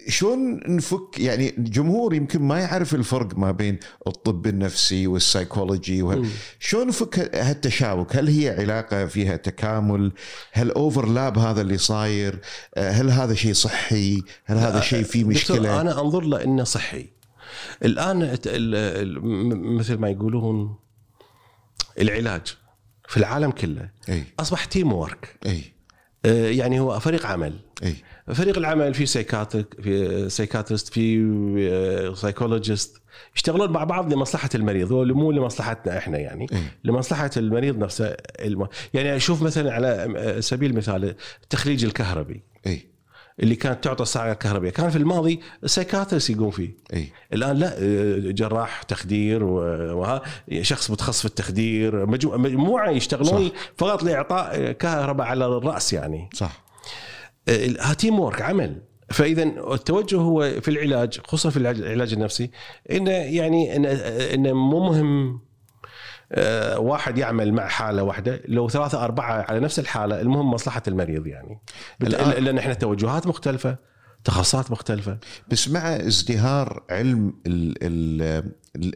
A: شلون نفك يعني الجمهور يمكن ما يعرف الفرق ما بين الطب النفسي والسايكولوجي وهال... شلون نفك ه- هالتشابك هل هي علاقة فيها تكامل هل اوفرلاب هذا اللي صاير أه، هل هذا شيء صحي هل هذا شيء فيه
B: دكتور،
A: مشكلة
B: انا انظر له انه صحي الان الت- ال- ال- م- مثل ما يقولون العلاج في العالم كله
A: اي
B: اصبح تيم وورك
A: اي
B: آه، يعني هو فريق عمل
A: اي
B: فريق العمل في سايكاتريك في سايكاتريست في سايكولوجيست يشتغلون مع بعض لمصلحه المريض هو مو لمصلحتنا احنا يعني
A: إيه.
B: لمصلحه المريض نفسه الم... يعني اشوف مثلا على سبيل المثال التخليج الكهربي
A: اي
B: اللي كانت تعطى ساعه كهربيه كان في الماضي السايكاتريست يقوم فيه
A: اي
B: الان لا جراح تخدير و- وها شخص متخصص في التخدير مجمو- مجموعه يشتغلون
A: صح.
B: فقط لاعطاء كهرباء على الراس يعني
A: صح
B: آه، تيم وورك عمل فاذا التوجه هو في العلاج خصوصا في العلاج- العلاج النفسي انه يعني انه إنه مو مهم آه، واحد يعمل مع حاله واحده لو ثلاثه اربعه على نفس الحاله المهم مصلحه المريض يعني بت-
A: الآن-
B: لان احنا توجهات مختلفه تخصصات مختلفه
A: بس مع ازدهار علم ال ال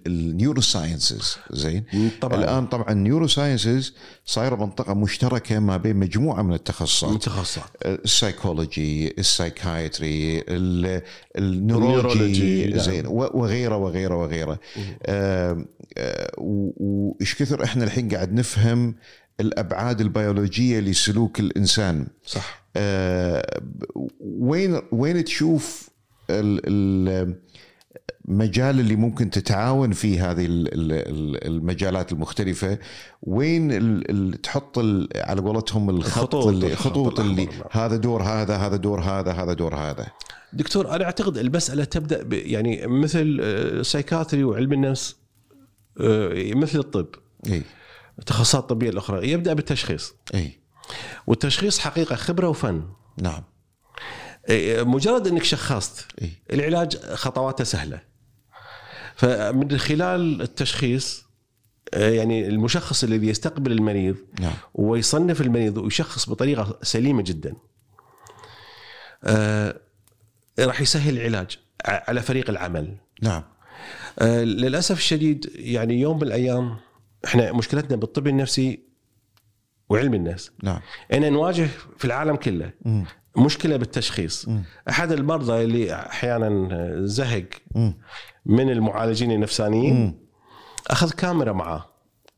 A: النيورو ساينسز زين
B: طبعاً.
A: الان طبعا النيورو ساينسز صايره منطقه مشتركه ما بين مجموعه من التخصصات
B: متخصصات
A: السايكولوجي السايكايتري ال-
B: النيورولوجي،
A: النيورولوجي
B: نعم.
A: زين و- وغيره وغيره وغيره
B: إيه،
A: آم، آه، و- وايش كثر احنا الحين قاعد نفهم الابعاد البيولوجيه لسلوك الانسان
B: صح
A: آه، وين وين تشوف ال- ال- المجال اللي ممكن تتعاون فيه هذه ال- ال- ال- المجالات المختلفة وين ال- ال- تحط ال- على قولتهم الخط
B: الخطوط،
A: اللي
B: الخط
A: خطوط اللي
B: الأحمر، نعم.
A: هذا دور هذا هذا دور هذا هذا دور هذا
B: دكتور انا اعتقد المساله تبدا ب يعني مثل آه، السايكاتري وعلم النفس آه، مثل الطب
A: اي
B: التخصصات الطبيه الاخرى يبدا بالتشخيص
A: اي
B: والتشخيص حقيقه خبره وفن
A: نعم
B: إيه، مجرد انك شخصت
A: اي
B: العلاج خطواته سهله فمن خلال التشخيص آه، يعني المشخص الذي يستقبل المريض
A: نعم
B: ويصنف المريض ويشخص بطريقه سليمه جدا آه، راح يسهل العلاج ع- على فريق العمل
A: نعم
B: آه، للاسف الشديد يعني يوم من الايام احنا مشكلتنا بالطب النفسي وعلم النفس
A: نعم
B: ان نواجه في العالم كله
A: مم.
B: مشكله بالتشخيص
A: مم.
B: احد المرضى اللي احيانا زهق
A: مم.
B: من المعالجين النفسانيين
A: مم.
B: اخذ كاميرا معاه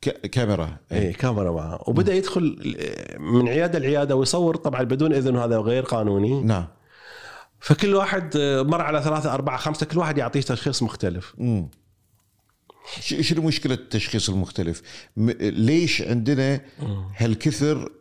A: ك- كاميرا اي
B: اي كاميرا معاه وبدا يدخل من عياده لعياده ويصور طبعا بدون اذن هذا غير قانوني
A: نعم
B: فكل واحد آه، مر على ثلاثه اربعه خمسه كل واحد يعطيه تشخيص مختلف
A: مم. ش- شنو مشكله التشخيص المختلف؟ م- ليش عندنا هالكثر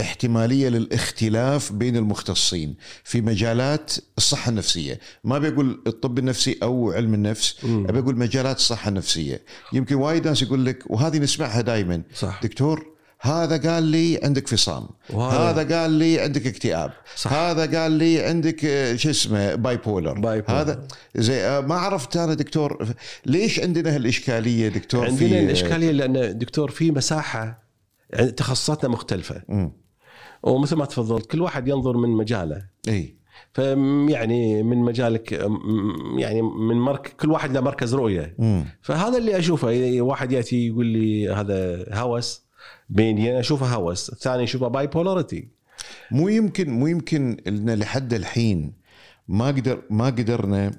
A: احتماليه للاختلاف بين المختصين في مجالات الصحه النفسيه، ما بقول الطب النفسي او علم النفس، ابي اقول مجالات الصحه النفسيه، يمكن وايد ناس يقول لك وهذه نسمعها دائما
B: صح.
A: دكتور هذا قال لي عندك فصام،
B: وهذا-
A: هذا قال لي عندك اكتئاب،
B: صح.
A: هذا قال لي عندك آه، شو اسمه باي بولر
B: Bipolar.
A: هذا زي آه، ما عرفت انا دكتور ف- ليش عندنا هالاشكاليه دكتور في آه،
B: عندنا الاشكاليه لان دكتور في مساحه عند- تخصصاتنا مختلفه
A: مم.
B: ومثل ما تفضلت كل واحد ينظر من مجاله
A: اي
B: فيعني يعني من مجالك أم، يعني من مرك كل واحد له مركز رؤيه
A: مم.
B: فهذا اللي اشوفه إذا واحد ياتي يقول لي هذا هوس بيني انا اشوفه هوس الثاني يشوفه باي بولاريتي
A: مو يمكن مو يمكن لنا لحد الحين ما قدر ما قدرنا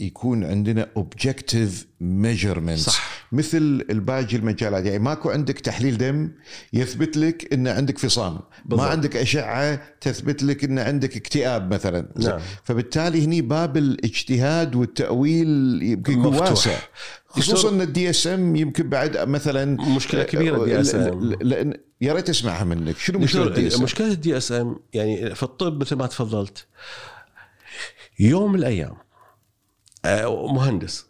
A: يكون عندنا اوبجكتيف ميجرمنت
B: صح.
A: مثل الباقي المجالات يعني ماكو عندك تحليل دم يثبت لك ان عندك فصام
B: بالضبط.
A: ما عندك اشعه تثبت لك ان عندك اكتئاب مثلا
B: نعم.
A: فبالتالي هني باب الاجتهاد والتاويل يمكن يكون
B: مفتوح.
A: واسع خصوصا ان الدي اس ام يمكن بعد مثلا
B: مشكلة كبيرة
A: ال-
B: DSM.
A: ال- لان يا ريت اسمعها منك شنو مشكله الدي اس ام؟
B: مشكله الدي اس ام يعني في الطب مثل ما تفضلت يوم من الايام آه، مهندس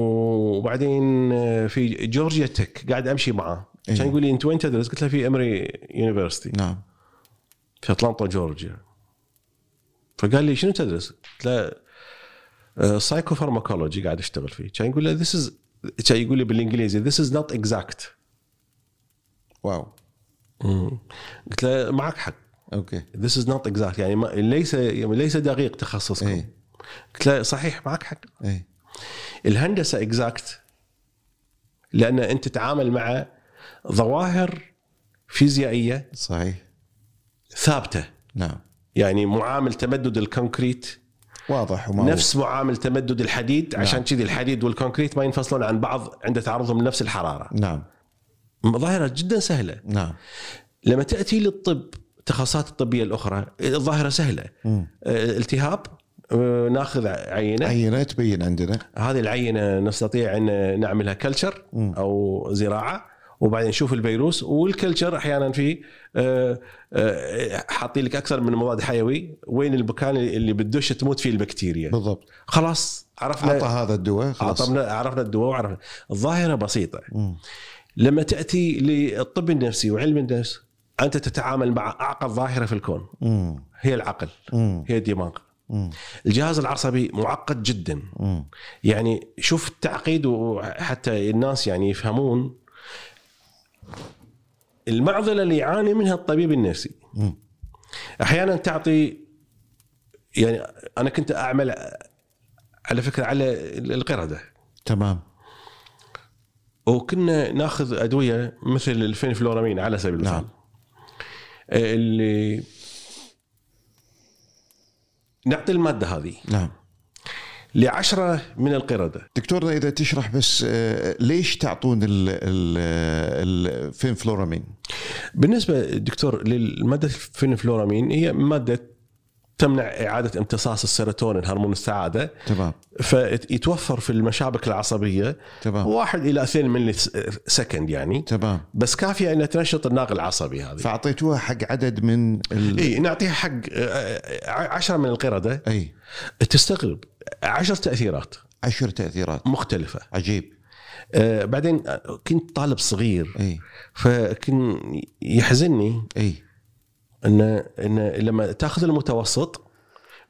B: وبعدين آه، في جورجيا تك قاعد امشي معاه كان يقول لي انت وين تدرس؟ قلت له في امري يونيفرستي
A: نعم
B: في اطلانتا جورجيا فقال لي شنو تدرس؟ قلت له سايكو فارماكولوجي قاعد اشتغل فيه كان يقول له ذيس از كان يقول لي بالانجليزي ذيس از نوت اكزاكت
A: واو
B: قلت له معك حق
A: اوكي
B: ذيس از نوت اكزاكت يعني ما ليس يعني ليس دقيق تخصصكم
A: إيه.
B: قلت له صحيح معك حق
A: اي
B: الهندسه اكزاكت لان انت تتعامل مع ظواهر فيزيائيه
A: صحيح
B: ثابته
A: نعم
B: يعني معامل تمدد الكونكريت
A: واضح وما
B: نفس معامل تمدد الحديد عشان كذي الحديد والكونكريت ما ينفصلون عن بعض عند تعرضهم لنفس الحراره
A: نعم
B: ظاهره جدا سهله
A: نعم
B: لما تاتي للطب التخصصات الطبيه الاخرى الظاهره سهله
A: مم.
B: آه، التهاب آه، ناخذ عينه
A: عينه تبين عندنا
B: هذه العينه نستطيع ان نعملها كلتشر
A: مم.
B: او زراعه وبعدين نشوف الفيروس والكلتشر احيانا في آه، آه، حاطين لك اكثر من مضاد حيوي وين المكان اللي بالدش تموت فيه البكتيريا
A: بالضبط
B: خلاص عرفنا
A: عطى هذا الدواء خلاص
B: عرفنا عرفنا الدواء وعرفنا الظاهره بسيطه
A: مم.
B: لما تاتي للطب النفسي وعلم النفس انت تتعامل مع اعقد ظاهره في الكون
A: مم.
B: هي العقل
A: مم.
B: هي الدماغ
A: مم.
B: الجهاز العصبي معقد جدا
A: مم.
B: يعني شوف التعقيد وحتى الناس يعني يفهمون المعضله اللي يعاني منها الطبيب النفسي
A: مم.
B: احيانا تعطي يعني انا كنت اعمل على فكره على القرده
A: تمام
B: وكنا ناخذ ادويه مثل الفينفلورامين على سبيل المثال
A: نعم.
B: نعم. اللي نعطي الماده هذه
A: نعم
B: لعشرة من القرده
A: دكتورنا اذا تشرح بس آه، ليش تعطون ال ال الفينفلورامين؟
B: بالنسبه دكتور للماده الفينفلورامين هي ماده تمنع اعاده امتصاص السيروتونين هرمون السعاده
A: تمام
B: فيتوفر في المشابك العصبيه
A: تمام
B: واحد الى 2 ملي سكند يعني
A: تمام
B: بس كافيه انها تنشط الناقل العصبي هذه
A: فاعطيتوها حق عدد من ال...
B: اي نعطيها حق آه، آه، عشرة من القرده
A: اي
B: تستغرب عشر تاثيرات
A: إيه. عشر تاثيرات
B: مختلفه
A: عجيب إيه.
B: آه، بعدين كنت طالب صغير
A: اي
B: فكان يحزنني
A: اي
B: ان ان لما تاخذ المتوسط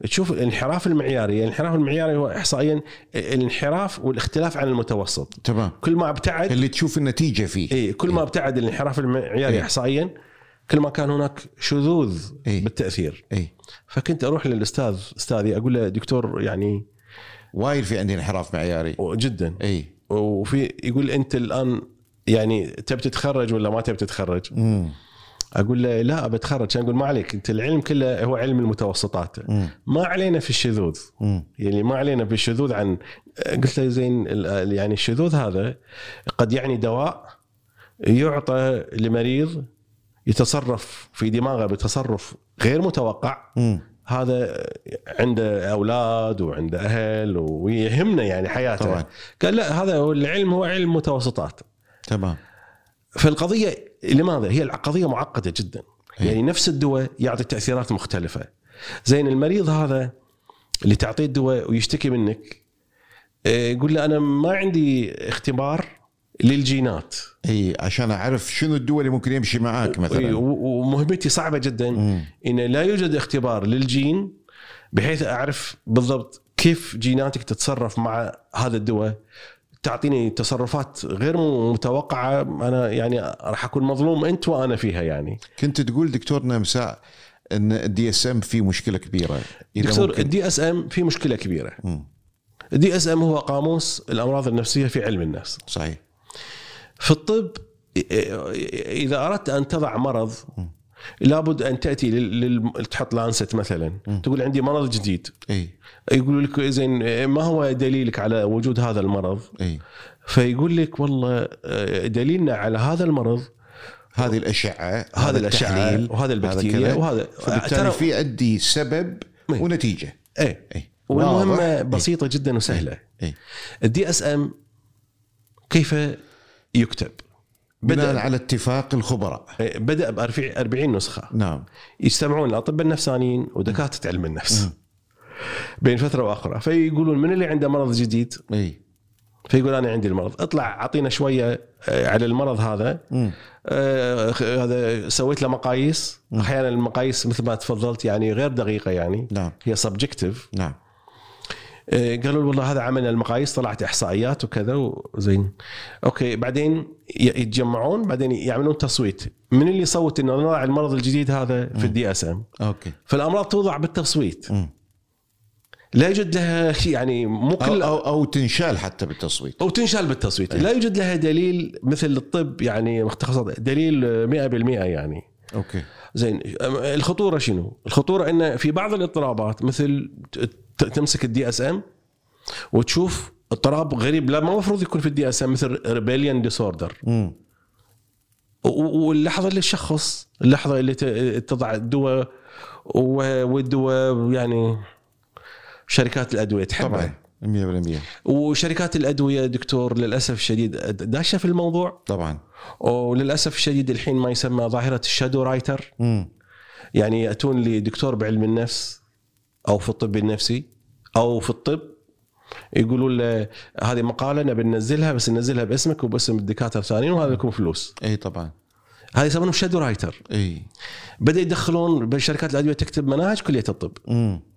B: تشوف الانحراف المعياري، الانحراف المعياري هو احصائيا الانحراف والاختلاف عن المتوسط،
A: تمام
B: كل ما ابتعد
A: اللي تشوف النتيجه فيه
B: اي كل ما ابتعد الانحراف المعياري
A: إيه.
B: احصائيا كل ما كان هناك شذوذ
A: إيه.
B: بالتاثير،
A: اي
B: فكنت اروح للاستاذ استاذي اقول له دكتور يعني
A: وايد في عندي انحراف معياري
B: جدا
A: اي
B: وفي يقول انت الان يعني تبي تتخرج ولا ما تبي تتخرج؟
A: مم.
B: اقول له لا بتخرج كان يقول ما عليك انت العلم كله هو علم المتوسطات
A: مم.
B: ما علينا في الشذوذ
A: مم.
B: يعني ما علينا بالشذوذ عن قلت له زين ال- يعني الشذوذ هذا قد يعني دواء يعطى لمريض يتصرف في دماغه بتصرف غير متوقع
A: مم.
B: هذا عنده اولاد وعنده اهل ويهمنا يعني حياته
A: طبعاً.
B: قال لا هذا هو العلم هو علم متوسطات
A: تمام
B: فالقضيه لماذا؟ هي القضيه معقده جدا
A: إيه.
B: يعني نفس الدواء يعطي تاثيرات مختلفه زين المريض هذا اللي تعطيه الدواء ويشتكي منك آه، يقول له انا ما عندي اختبار للجينات
A: اي عشان اعرف شنو الدول اللي ممكن يمشي معاك
B: و-
A: مثلا
B: و- ومهمتي صعبه جدا
A: مم.
B: ان لا يوجد اختبار للجين بحيث اعرف بالضبط كيف جيناتك تتصرف مع هذا الدواء تعطيني تصرفات غير متوقعه انا يعني راح اكون مظلوم انت وانا فيها يعني
A: كنت تقول دكتورنا مساء ان الدي اس ام فيه مشكله كبيره اذا
B: دكتور
A: ممكن
B: الدي اس ام في مشكله كبيره
A: مم.
B: الدي اس ام هو قاموس الامراض النفسيه في علم النفس
A: صحيح
B: في الطب اذا اردت ان تضع مرض لابد ان تاتي لل... لل... تحط لانست مثلا تقول عندي مرض جديد
A: اي
B: يقول لك زين ما هو دليلك على وجود هذا المرض؟
A: اي
B: فيقول لك والله آه، دليلنا على هذا المرض
A: هذه الاشعه
B: هذا الأشعة
A: التحليل،
B: وهذا البكتيريا
A: كذا.
B: وهذا-
A: فبالتالي
B: ترى-
A: في عندي سبب
B: إيه.
A: ونتيجه
B: ايه
A: اي
B: والمهمه
A: واضح.
B: بسيطه جدا وسهله
A: إيه.
B: الدي اس ام كيف يكتب؟
A: بناء
B: بدا
A: على اتفاق الخبراء
B: إيه، بدا ب 40 نسخه
A: نعم
B: يجتمعون الاطباء النفسانيين ودكاتره علم النفس بين فتره واخرى فيقولون من اللي عنده مرض جديد
A: اي
B: فيقول انا عندي المرض اطلع اعطينا شويه آه، على المرض هذا
A: مم.
B: آه، خ- هذا سويت له مقاييس احيانا المقاييس مثل ما تفضلت يعني غير دقيقه يعني
A: نعم
B: هي سبجكتيف
A: نعم
B: قالوا لي والله هذا عملنا المقاييس طلعت احصائيات وكذا وزين اوكي بعدين ي- يتجمعون بعدين يعملون تصويت من اللي يصوت انه نضع المرض الجديد هذا في الدي اس ام
A: اوكي
B: فالامراض توضع بالتصويت
A: مم.
B: لا يوجد لها يعني مو
A: أو, إيه.
B: كل
A: أو, او تنشال حتى بالتصويت
B: او تنشال بالتصويت لا يوجد لها دليل مثل الطب يعني مختصر دليل 100% يعني
A: اوكي
B: زين أم- الخطوره شنو؟ الخطوره ان في بعض الاضطرابات مثل ت- تمسك الدي اس ام وتشوف اضطراب غريب لا ما المفروض يكون في الدي اس ام مثل ريبيليون ديسوردر
A: مم.
B: واللحظه اللي الشخص اللحظه اللي ت- تضع الدواء و- والدواء يعني شركات الادويه تحبها
A: طبعا 100%
B: وشركات الادويه دكتور للاسف الشديد داشه في الموضوع
A: طبعا
B: وللاسف الشديد الحين ما يسمى ظاهره الشادو رايتر
A: مم.
B: يعني ياتون لدكتور بعلم النفس او في الطب النفسي او في الطب يقولوا له هذه مقاله نبي ننزلها بس ننزلها باسمك وباسم الدكاتره الثانيين وهذا لكم فلوس
A: اي طبعا
B: هذا يسمونه شادو رايتر
A: اي
B: بدا يدخلون بشركات الادويه تكتب مناهج كليه الطب
A: مم.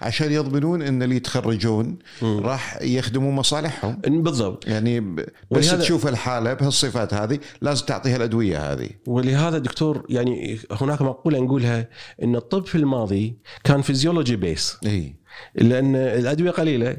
A: عشان يضمنون ان اللي يتخرجون راح يخدموا مصالحهم
B: بالضبط
A: يعني ب- بس
B: ولهذا-
A: تشوف الحاله بهالصفات هذه لازم تعطيها الادويه هذه
B: ولهذا دكتور يعني هناك مقوله نقولها ان الطب في الماضي كان فيزيولوجي بيس
A: اي
B: لان الادويه قليله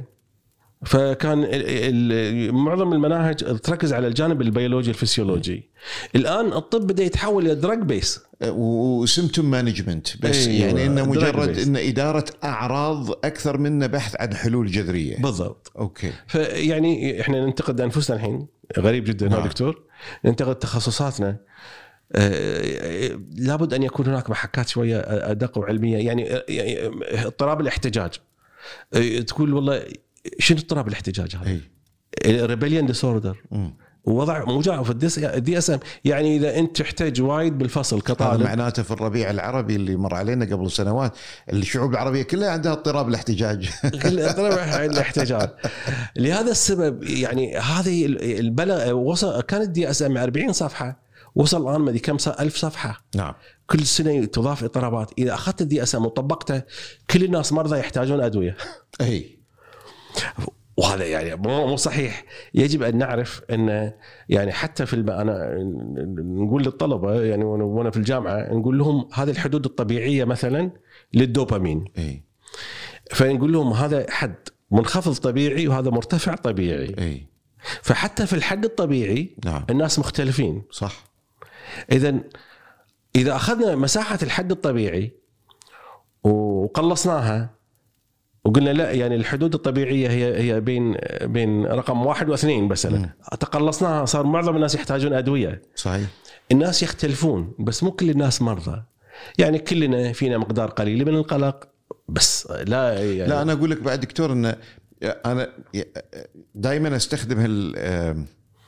B: فكان ال- ال- معظم المناهج تركز على الجانب البيولوجي الفسيولوجي الان الطب بدا يتحول الى دراج بيس
A: وسمتم مانجمنت بس
B: أيوة،
A: أيوة. يعني انه مجرد
B: drug-based.
A: ان اداره اعراض اكثر منه بحث عن حلول جذريه
B: بالضبط
A: اوكي
B: فيعني احنا ننتقد انفسنا الحين غريب جدا
A: نعم.
B: نعم. دكتور ننتقد تخصصاتنا آه، لابد ان يكون هناك محكات شويه ادق وعلميه يعني آه، يعني، آه، اضطراب الاحتجاج
A: إيه.
B: آه، تقول والله شنو اضطراب الاحتجاج هذا؟
A: اي
B: ريبليون ديسوردر
A: مم.
B: ووضع موجع في الدي اس ام يعني اذا انت تحتاج وايد بالفصل
A: هذا
B: كطالب
A: معناته في الربيع العربي اللي مر علينا قبل سنوات الشعوب العربيه كلها عندها اضطراب الاحتجاج
B: كل اضطراب الاحتجاجات لهذا السبب يعني هذه البلاغ وصل كان الدي اس ام 40 صفحه وصل الان ما ادري كم صار 1000 صفحه
A: نعم
B: كل سنه تضاف اضطرابات اذا اخذت الدي اس ام وطبقته كل الناس مرضى يحتاجون ادويه
A: اي
B: وهذا يعني مو مو صحيح يجب ان نعرف ان يعني حتى في الب... انا نقول للطلبه يعني وأنا- وانا في الجامعه نقول لهم هذه الحدود الطبيعيه مثلا للدوبامين
A: اي
B: فنقول لهم هذا حد منخفض طبيعي وهذا مرتفع طبيعي
A: اي
B: فحتى في الحد الطبيعي
A: نعم
B: الناس مختلفين
A: صح
B: اذا اذا اخذنا مساحه الحد الطبيعي وقلصناها وقلنا لا يعني الحدود الطبيعيه هي هي بين بين رقم واحد واثنين مثلا تقلصناها صار معظم الناس يحتاجون ادويه
A: صحيح
B: الناس يختلفون بس مو كل الناس مرضى يعني كلنا فينا مقدار قليل من القلق بس لا يعني
A: لا انا اقول لك بعد دكتور ان انا دائما استخدم هال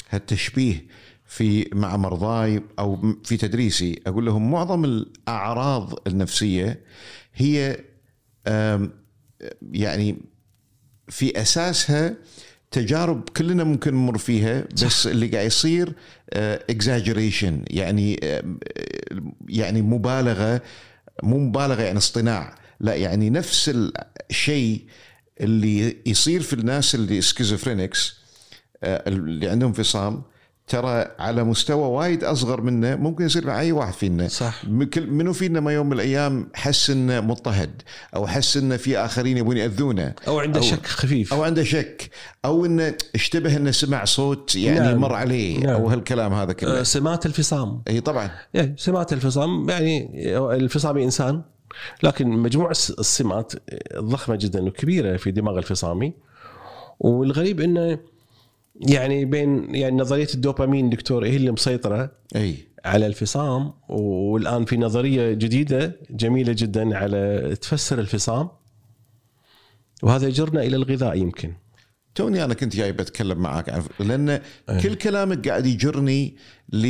A: هالتشبيه في مع مرضاي او في تدريسي اقول لهم معظم الاعراض النفسيه هي أم، يعني في اساسها تجارب كلنا ممكن نمر فيها بس اللي قاعد يصير اكزاجريشن يعني آم، آه، يعني مبالغه مو مبالغه يعني اصطناع لا يعني نفس الشيء اللي يصير في الناس اللي سكيزوفرينكس آه، اللي عندهم انفصام ترى على مستوى وايد اصغر منه ممكن يصير مع اي واحد فينا
B: صح
A: من كل- منو فينا ما يوم من الايام حس انه مضطهد او حس انه في اخرين يبون ياذونه
B: او عنده
A: أو-
B: شك خفيف
A: او عنده شك او انه اشتبه انه سمع صوت يعني
B: نعم.
A: نعم. مر عليه
B: نعم.
A: نعم. أه، او هالكلام هذا
B: آه،
A: كله
B: سمات الفصام
A: اي طبعا
B: إيه، سمات الفصام يعني الفصامي انسان لكن مجموع الس- السمات ضخمه جدا وكبيره في دماغ الفصامي والغريب انه يعني بين يعني نظريه الدوبامين دكتور هي اللي مسيطره
A: اي
B: على الفصام والان في نظريه جديده جميله جدا على تفسر الفصام وهذا يجرنا الى الغذاء يمكن
A: توني انا كنت جاي بتكلم معك عن لان كل كلامك قاعد يجرني ل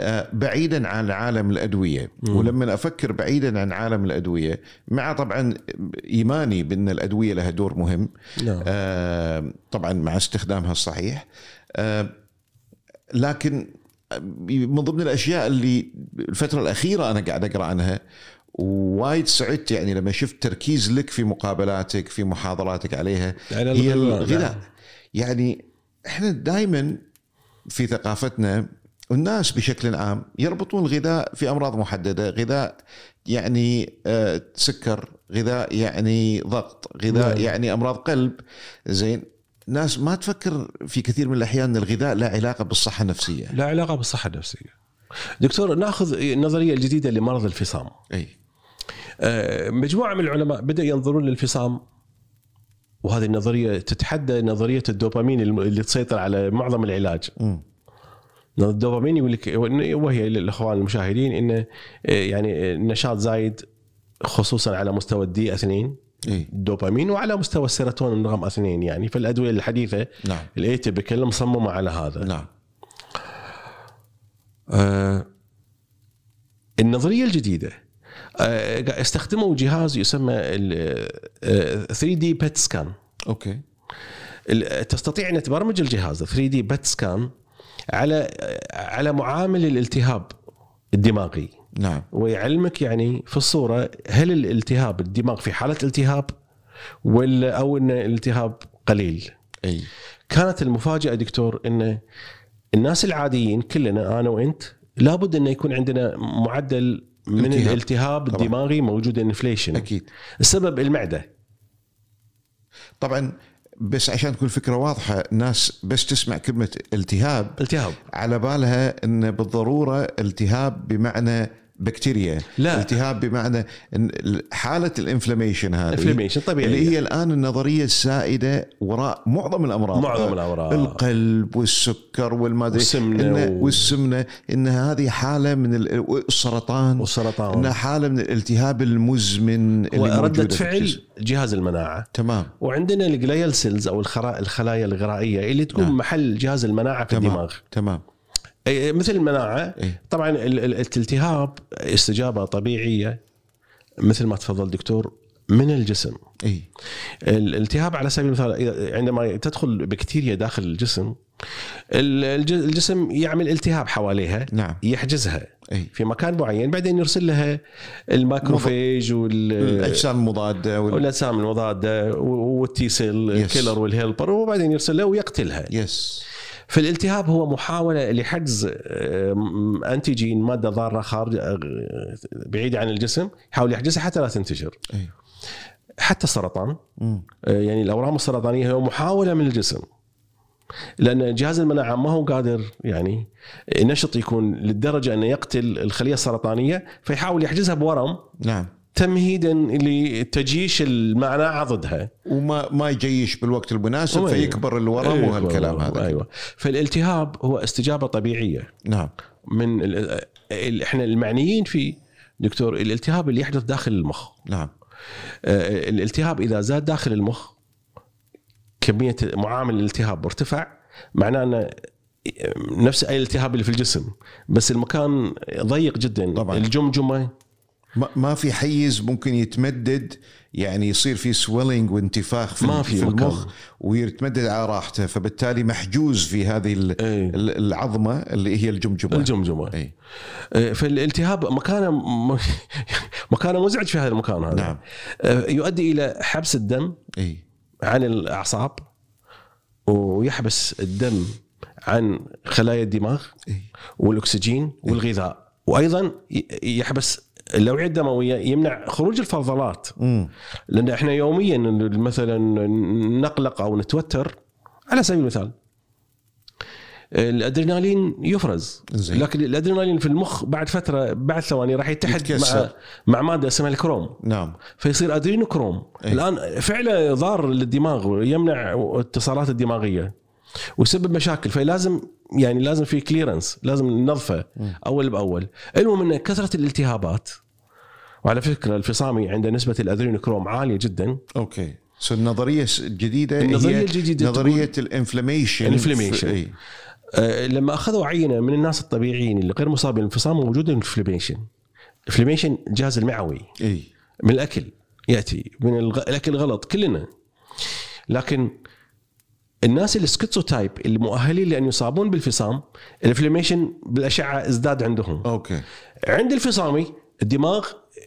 A: آه، بعيدا عن عالم الادويه ولما افكر بعيدا عن عالم الادويه مع طبعا ايماني بان الادويه لها دور مهم
B: نعم
A: آه، طبعا مع استخدامها الصحيح آه، لكن من ضمن الاشياء اللي الفتره الاخيره انا قاعد اقرا عنها وايد سعدت يعني لما شفت تركيز لك في مقابلاتك في محاضراتك عليها
B: على
A: هي
B: الغذاء،
A: الغذاء
B: نعم.
A: يعني احنا دائما في ثقافتنا الناس بشكل عام يربطون الغذاء في امراض محدده، غذاء يعني آه، سكر، غذاء يعني ضغط، غذاء
B: نعم.
A: يعني امراض قلب، زين ناس ما تفكر في كثير من الاحيان ان الغذاء له علاقه بالصحه النفسيه.
B: لا علاقه بالصحه النفسيه دكتور ناخذ النظريه الجديده لمرض الفصام
A: اي
B: آه، مجموعه من العلماء بداوا ينظرون للفصام وهذه النظريه تتحدى نظريه الدوبامين الم- اللي تسيطر على معظم العلاج
A: مم.
B: الدوبامين يقول لك وهي للاخوان المشاهدين انه آه، يعني النشاط زايد خصوصا على مستوى الدي اثنين
A: اي
B: الدوبامين وعلى مستوى السيروتونين رقم اثنين يعني فالادويه الحديثه
A: نعم
B: الايتيبيكال مصممه على هذا
A: نعم
B: آه، النظريه الجديده آه، قا- استخدموا جهاز يسمى آه، 3 دي بت سكان
A: اوكي
B: تستطيع ان تبرمج الجهاز 3 دي بت سكان على آه، على معامل الالتهاب الدماغي
A: نعم
B: ويعلمك يعني في الصوره هل الالتهاب الدماغ في حاله التهاب ولا او ان الالتهاب قليل
A: اي
B: كانت المفاجأة دكتور أن الناس العاديين كلنا أنا وأنت لابد أن يكون عندنا معدل من
A: التهاب.
B: الالتهاب
A: طبعاً.
B: الدماغي موجود انفليشن
A: اكيد
B: السبب المعدة
A: طبعا بس عشان تكون الفكره واضحه الناس بس تسمع كلمه التهاب
B: التهاب
A: على بالها ان بالضروره التهاب بمعنى بكتيريا
B: لا.
A: التهاب بمعنى إن حاله الانفلاميشن هذه
B: انفلاميشن طبيعي
A: اللي هي الان النظريه السائده وراء معظم الامراض
B: معظم الأمراض.
A: القلب والسكر والمادري
B: آه. والسمنة
A: إن
B: و-
A: والسمنه ان هذه حاله من ال- السرطان
B: والسرطان
A: انها حاله من الالتهاب المزمن اللي
B: وردة
A: موجودة في
B: فعل
A: الجسم.
B: جهاز المناعة
A: تمام
B: وعندنا الجلايال سيلز او الخرا- الخلايا الغرائيه اللي تقوم
A: نعم.
B: محل جهاز المناعه في
A: تمام
B: الدماغ
A: تمام
B: أي- مثل المناعه
A: إيه.
B: طبعا ال- ال- الالتهاب استجابه طبيعيه مثل ما تفضل دكتور من الجسم
A: اي
B: الالتهاب على سبيل المثال إذا- عندما تدخل بكتيريا داخل الجسم ال- الج- الجسم يعمل التهاب حواليها
A: نعم إيه.
B: يحجزها
A: اي
B: في مكان معين بعدين يرسل لها الماكروفيج وال
A: الاجسام المضاده وال...
B: والاجسام المضاده و- والتيسل
A: Yes.
B: الكيلر والهيلبر وبعدين يرسلها ويقتلها
A: يس
B: فالالتهاب هو محاوله لحجز آه، م- انتيجين ماده ضاره خارج آه، بعيده عن الجسم يحاول يحجزها حتى لا تنتشر
A: اي
B: حتى السرطان
A: إيه. مم.
B: آه، يعني الاورام السرطانيه هي محاوله من الجسم لان جهاز المناعه ما هو قادر يعني نشط يكون للدرجه انه يقتل الخليه السرطانيه فيحاول يحجزها بورم
A: نعم
B: تمهيدا لتجيش المناعه ضدها
A: وما ما يجيش بالوقت المناسب
B: هو يعني.
A: فيكبر الورم
B: أيوة،
A: وهالكلام
B: والله،
A: هذا
B: ايوه فالالتهاب هو استجابه طبيعيه
A: نعم
B: من ال- ال- احنا المعنيين فيه دكتور الالتهاب اللي يحدث داخل المخ
A: نعم
B: آه، الالتهاب اذا زاد داخل المخ كميه معامل الالتهاب ارتفع معناه انه نفس اي التهاب اللي في الجسم بس المكان ضيق جدا
A: طبعاً.
B: الجمجمه
A: ما, ما في حيز ممكن يتمدد يعني يصير في سويلنج وانتفاخ في,
B: ما في
A: في المخ
B: مكان.
A: ويتمدد على راحته فبالتالي محجوز في هذه ال-
B: إيه.
A: ال- العظمه اللي هي إيه. الجمجمه
B: الجمجمه
A: اي
B: آه، فالالتهاب مكانه م- مكانه مزعج في هذا المكان هذا
A: نعم. إيه.
B: آه، يؤدي الى حبس الدم
A: اي
B: عن الاعصاب ويحبس الدم عن خلايا الدماغ
A: إيه.
B: والاكسجين والغذاء وايضا ي- يحبس الاوعيه الدمويه يمنع خروج الفضلات
A: أمم.
B: لان احنا يوميا مثلا نقلق او نتوتر على سبيل المثال الادرينالين يفرز
A: زين.
B: لكن الادرينالين في المخ بعد فتره بعد ثواني راح يتحد مع
A: يتكسر.
B: مع ماده اسمها الكروم
A: نعم
B: فيصير ادرينوكروم
A: إيه.
B: الان فعله ضار للدماغ ويمنع الاتصالات الدماغيه ويسبب مشاكل فلازم يعني لازم في كليرنس لازم ننظفه اول باول المهم ان كثره الالتهابات وعلى فكره الفصامي عنده نسبه الادرينوكروم عاليه جدا
A: اوكي سو النظريه الس- الجديده
B: النظرية
A: هي
B: الجديدة
A: نظريه الانفلاميشن
B: Inflammation.
A: اي
B: آه، لما اخذوا عينه من الناس الطبيعيين اللي غير مصابين بالانفصام موجود الانفلاميشن الانفلاميشن الجهاز المعوي
A: اي
B: من الاكل ياتي من الغ... الاكل غلط كلنا لكن الناس السكيتسوتايب اللي مؤهلين لان يصابون بالفصام الانفلاميشن بالاشعه ازداد عندهم
A: اوكي
B: عند الفصامي الدماغ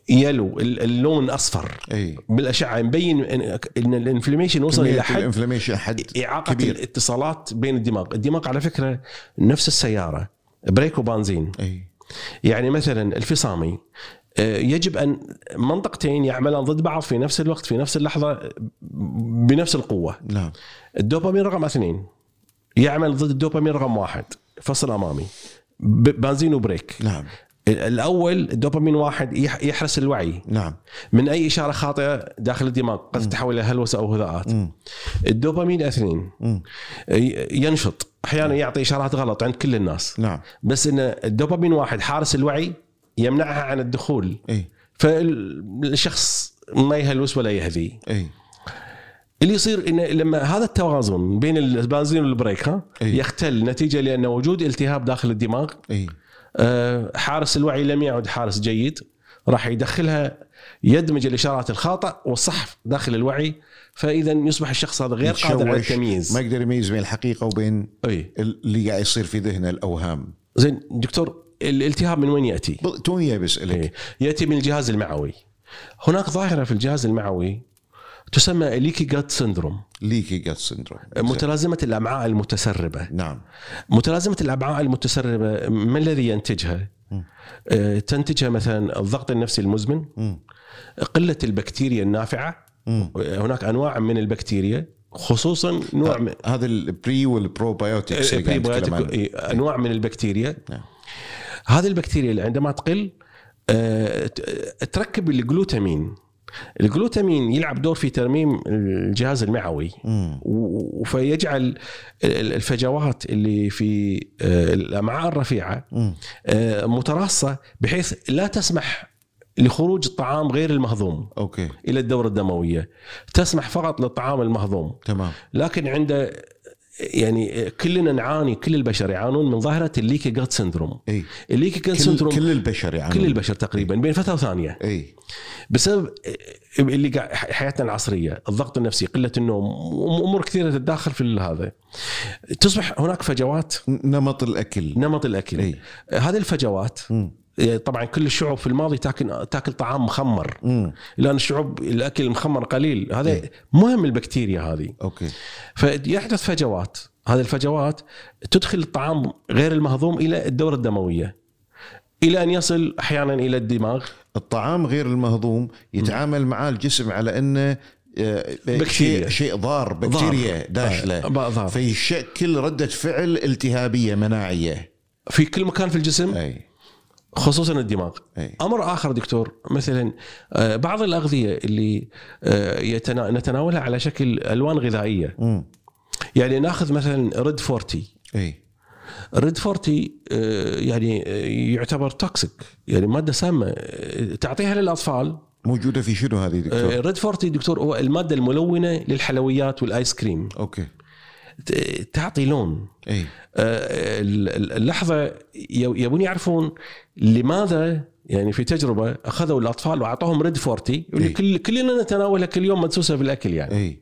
B: يلو ال- اللون اصفر
A: اي
B: بالاشعه مبين ان إن الانفلاميشن وصل
A: إيه. كمية
B: الى حد
A: الانفلاميشن حد
B: اعاقه
A: كبير.
B: الاتصالات بين الدماغ، الدماغ على فكره نفس السياره بريك وبنزين
A: اي
B: يعني مثلا الفصامي آه، يجب ان منطقتين يعملان ضد بعض في نفس الوقت في نفس اللحظه آه، بنفس القوه
A: نعم
B: الدوبامين رقم اثنين يعمل ضد الدوبامين رقم واحد فصل امامي ب- بنزين وبريك
A: نعم
B: ال- الاول الدوبامين واحد يح- يحرس الوعي
A: نعم
B: من اي اشاره خاطئه داخل الدماغ قد تتحول الى هلوسه او هذاءات
A: مم.
B: الدوبامين اثنين
A: مم.
B: ي- ينشط احيانا يعطي اشارات غلط عند كل الناس
A: نعم
B: بس ان الدوبامين واحد حارس الوعي يمنعها عن الدخول
A: اي
B: فالشخص ما يهلوس ولا يهذي
A: اي
B: اللي يصير انه لما هذا التوازن بين البنزين والبريك ها
A: إي.
B: يختل نتيجه لان وجود التهاب داخل الدماغ
A: اي
B: آه، حارس الوعي لم يعد حارس جيد راح يدخلها يدمج الاشارات الخاطئ والصح داخل الوعي فاذا يصبح الشخص هذا غير قادر على
A: يتشوش، ما
B: التمييز
A: يقدر يميز بين الحقيقه وبين
B: اي
A: اللي قاعد يصير في ذهنه الاوهام
B: زين دكتور الالتهاب من وين ياتي؟
A: ب- توني بسالك
B: إيه. ياتي من الجهاز المعوي هناك ظاهره في الجهاز المعوي تسمى ليكي جات سندروم
A: ليكي جات سندروم
B: متلازمه الامعاء المتسربه
A: نعم
B: متلازمه الامعاء المتسربه ما الذي ينتجها آه، تنتجها مثلا الضغط النفسي المزمن
A: مم.
B: قله البكتيريا النافعه
A: مم.
B: هناك انواع من البكتيريا خصوصا نوع من
A: هذا البري
B: إيه،
A: والبروبايوتكس اللي طيب، قاعد نتكلم
B: بريبيوتيك-
A: عنه
B: إيه، انواع من البكتيريا
A: نعم.
B: هذه البكتيريا اللي عندما تقل آه، ت- تركب الجلوتامين الجلوتامين يلعب دور في ترميم الجهاز المعوي
A: مم.
B: و- و- فيجعل ال- ال- الفجوات اللي في آه، الامعاء الرفيعه
A: مم.
B: آه، متراصه بحيث لا تسمح لخروج الطعام غير المهضوم
A: اوكي
B: الى الدوره الدمويه تسمح فقط للطعام المهضوم
A: تمام
B: لكن عنده يعني كلنا نعاني كل البشر يعانون من ظاهره الليكي جات سندروم
A: اي
B: الليكي جات
A: إيه. كل,
B: سندروم
A: كل البشر إيه. يعني
B: كل البشر تقريبا بين فتره وثانيه
A: اي
B: بسبب اللي قاعد حياتنا العصريه، الضغط النفسي، قله النوم، امور كثيره تتداخل في هذا. تصبح هناك فجوات
A: نمط الاكل
B: نمط الاكل.
A: اي
B: هذه الفجوات
A: مم.
B: طبعا كل الشعوب في الماضي تاكل تاكل طعام مخمر،
A: مم.
B: الان الشعوب الاكل المخمر قليل، هذا
A: إيه.
B: مهم البكتيريا هذه.
A: اوكي
B: فيحدث فجوات هذه الفجوات تدخل الطعام غير المهضوم الى الدوره الدمويه الى ان يصل احيانا الى الدماغ
A: الطعام غير المهضوم يتعامل معاه الجسم على انه آه،
B: بكتيريا.
A: شيء, شيء ضار بكتيريا داخله
B: آه، بقى ضار.
A: فيشكل ردة فعل التهابية مناعية
B: في كل مكان في الجسم
A: أي
B: خصوصا الدماغ
A: أي
B: امر اخر دكتور مثلا آه، بعض الاغذيه اللي آه، يتنا- نتناولها على شكل الوان غذائيه
A: مم.
B: يعني ناخذ مثلا ريد 40
A: أي
B: ريد 40 آه، يعني آه، يعتبر توكسيك يعني ماده سامه آه، تعطيها للاطفال
A: موجودة في شنو هذه دكتور؟
B: ريد 40 دكتور هو الماده الملونه للحلويات والايس كريم
A: أوكي
B: ت- تعطي لون
A: أي
B: آه، ال- ال- اللحظه ي- يبون يعرفون لماذا يعني في تجربه اخذوا الاطفال واعطوهم ريد 40 واللي
A: إيه.
B: يعني كل كلنا نتناولها كل يوم مدسوسه في الاكل يعني
A: أي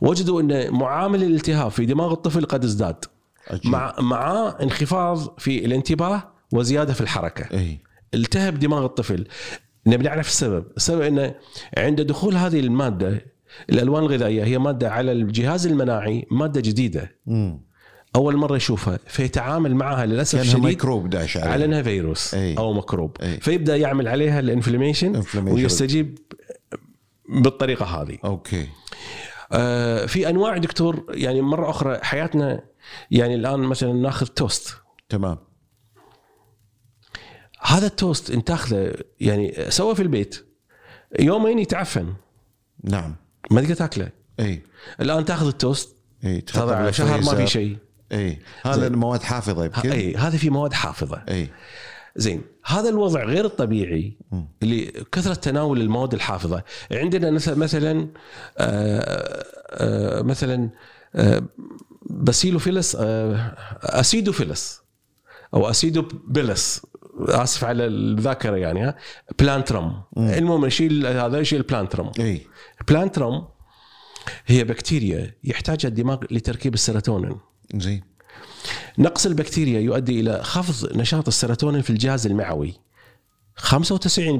B: وجدوا ان معامل الالتهاب في دماغ الطفل قد ازداد
A: عجيب.
B: مع مع انخفاض في الانتباه وزياده في الحركه
A: أي
B: التهب دماغ الطفل نبي نعرف السبب السبب انه عند دخول هذه الماده الالوان الغذائيه هي ماده على الجهاز المناعي ماده جديده
A: مم.
B: اول مره يشوفها فيتعامل معها للاسف
A: كانها
B: الشديد
A: ميكروب داش عليه
B: على انها فيروس
A: أي.
B: او ميكروب
A: أي.
B: فيبدا يعمل عليها الانفلاميشن
A: Inflammation.
B: ويستجيب بالطريقه هذه
A: أوكي
B: آه في انواع دكتور يعني مره اخرى حياتنا يعني الان مثلا ناخذ توست
A: تمام
B: هذا التوست انت تاخذه يعني سوى في البيت يومين يتعفن
A: نعم
B: ما تقدر تاكله
A: أي
B: الان تاخذ التوست
A: أي
B: تضع على شهر ما في شيء
A: أي هذا المواد حافظة
B: ه-
A: يمكن
B: اي هذا في مواد حافظه
A: أي
B: زين هذا الوضع غير الطبيعي اللي كثره تناول المواد الحافظه عندنا نس- مثلا آه، آه، مثلا آه، باسيلوفيلس آه، اسيدوفيلس او اسيدوبيلس اسف على الذاكره يعني ها بلانترم المهم نشيل هذا نشيل بلانترم
A: أي
B: بلانترم هي بكتيريا يحتاجها الدماغ لتركيب السيروتونين
A: زين
B: نقص البكتيريا يؤدي الى خفض نشاط السيروتونين في الجهاز المعوي 95%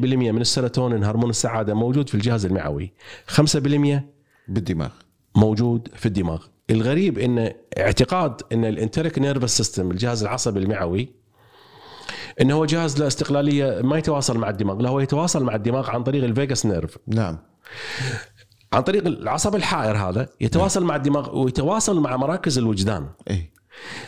B: من السيروتونين هرمون السعاده موجود في الجهاز المعوي 5%
A: بالدماغ
B: موجود في الدماغ الغريب ان اعتقاد ان الانتريك نيرفس سيستم الجهاز العصبي المعوي انه هو جهاز له استقلاليه ما يتواصل مع الدماغ لا هو يتواصل مع الدماغ عن طريق الفيجاس نيرف
A: نعم
B: عن طريق العصب الحائر هذا يتواصل مع الدماغ ويتواصل مع مراكز الوجدان
A: أي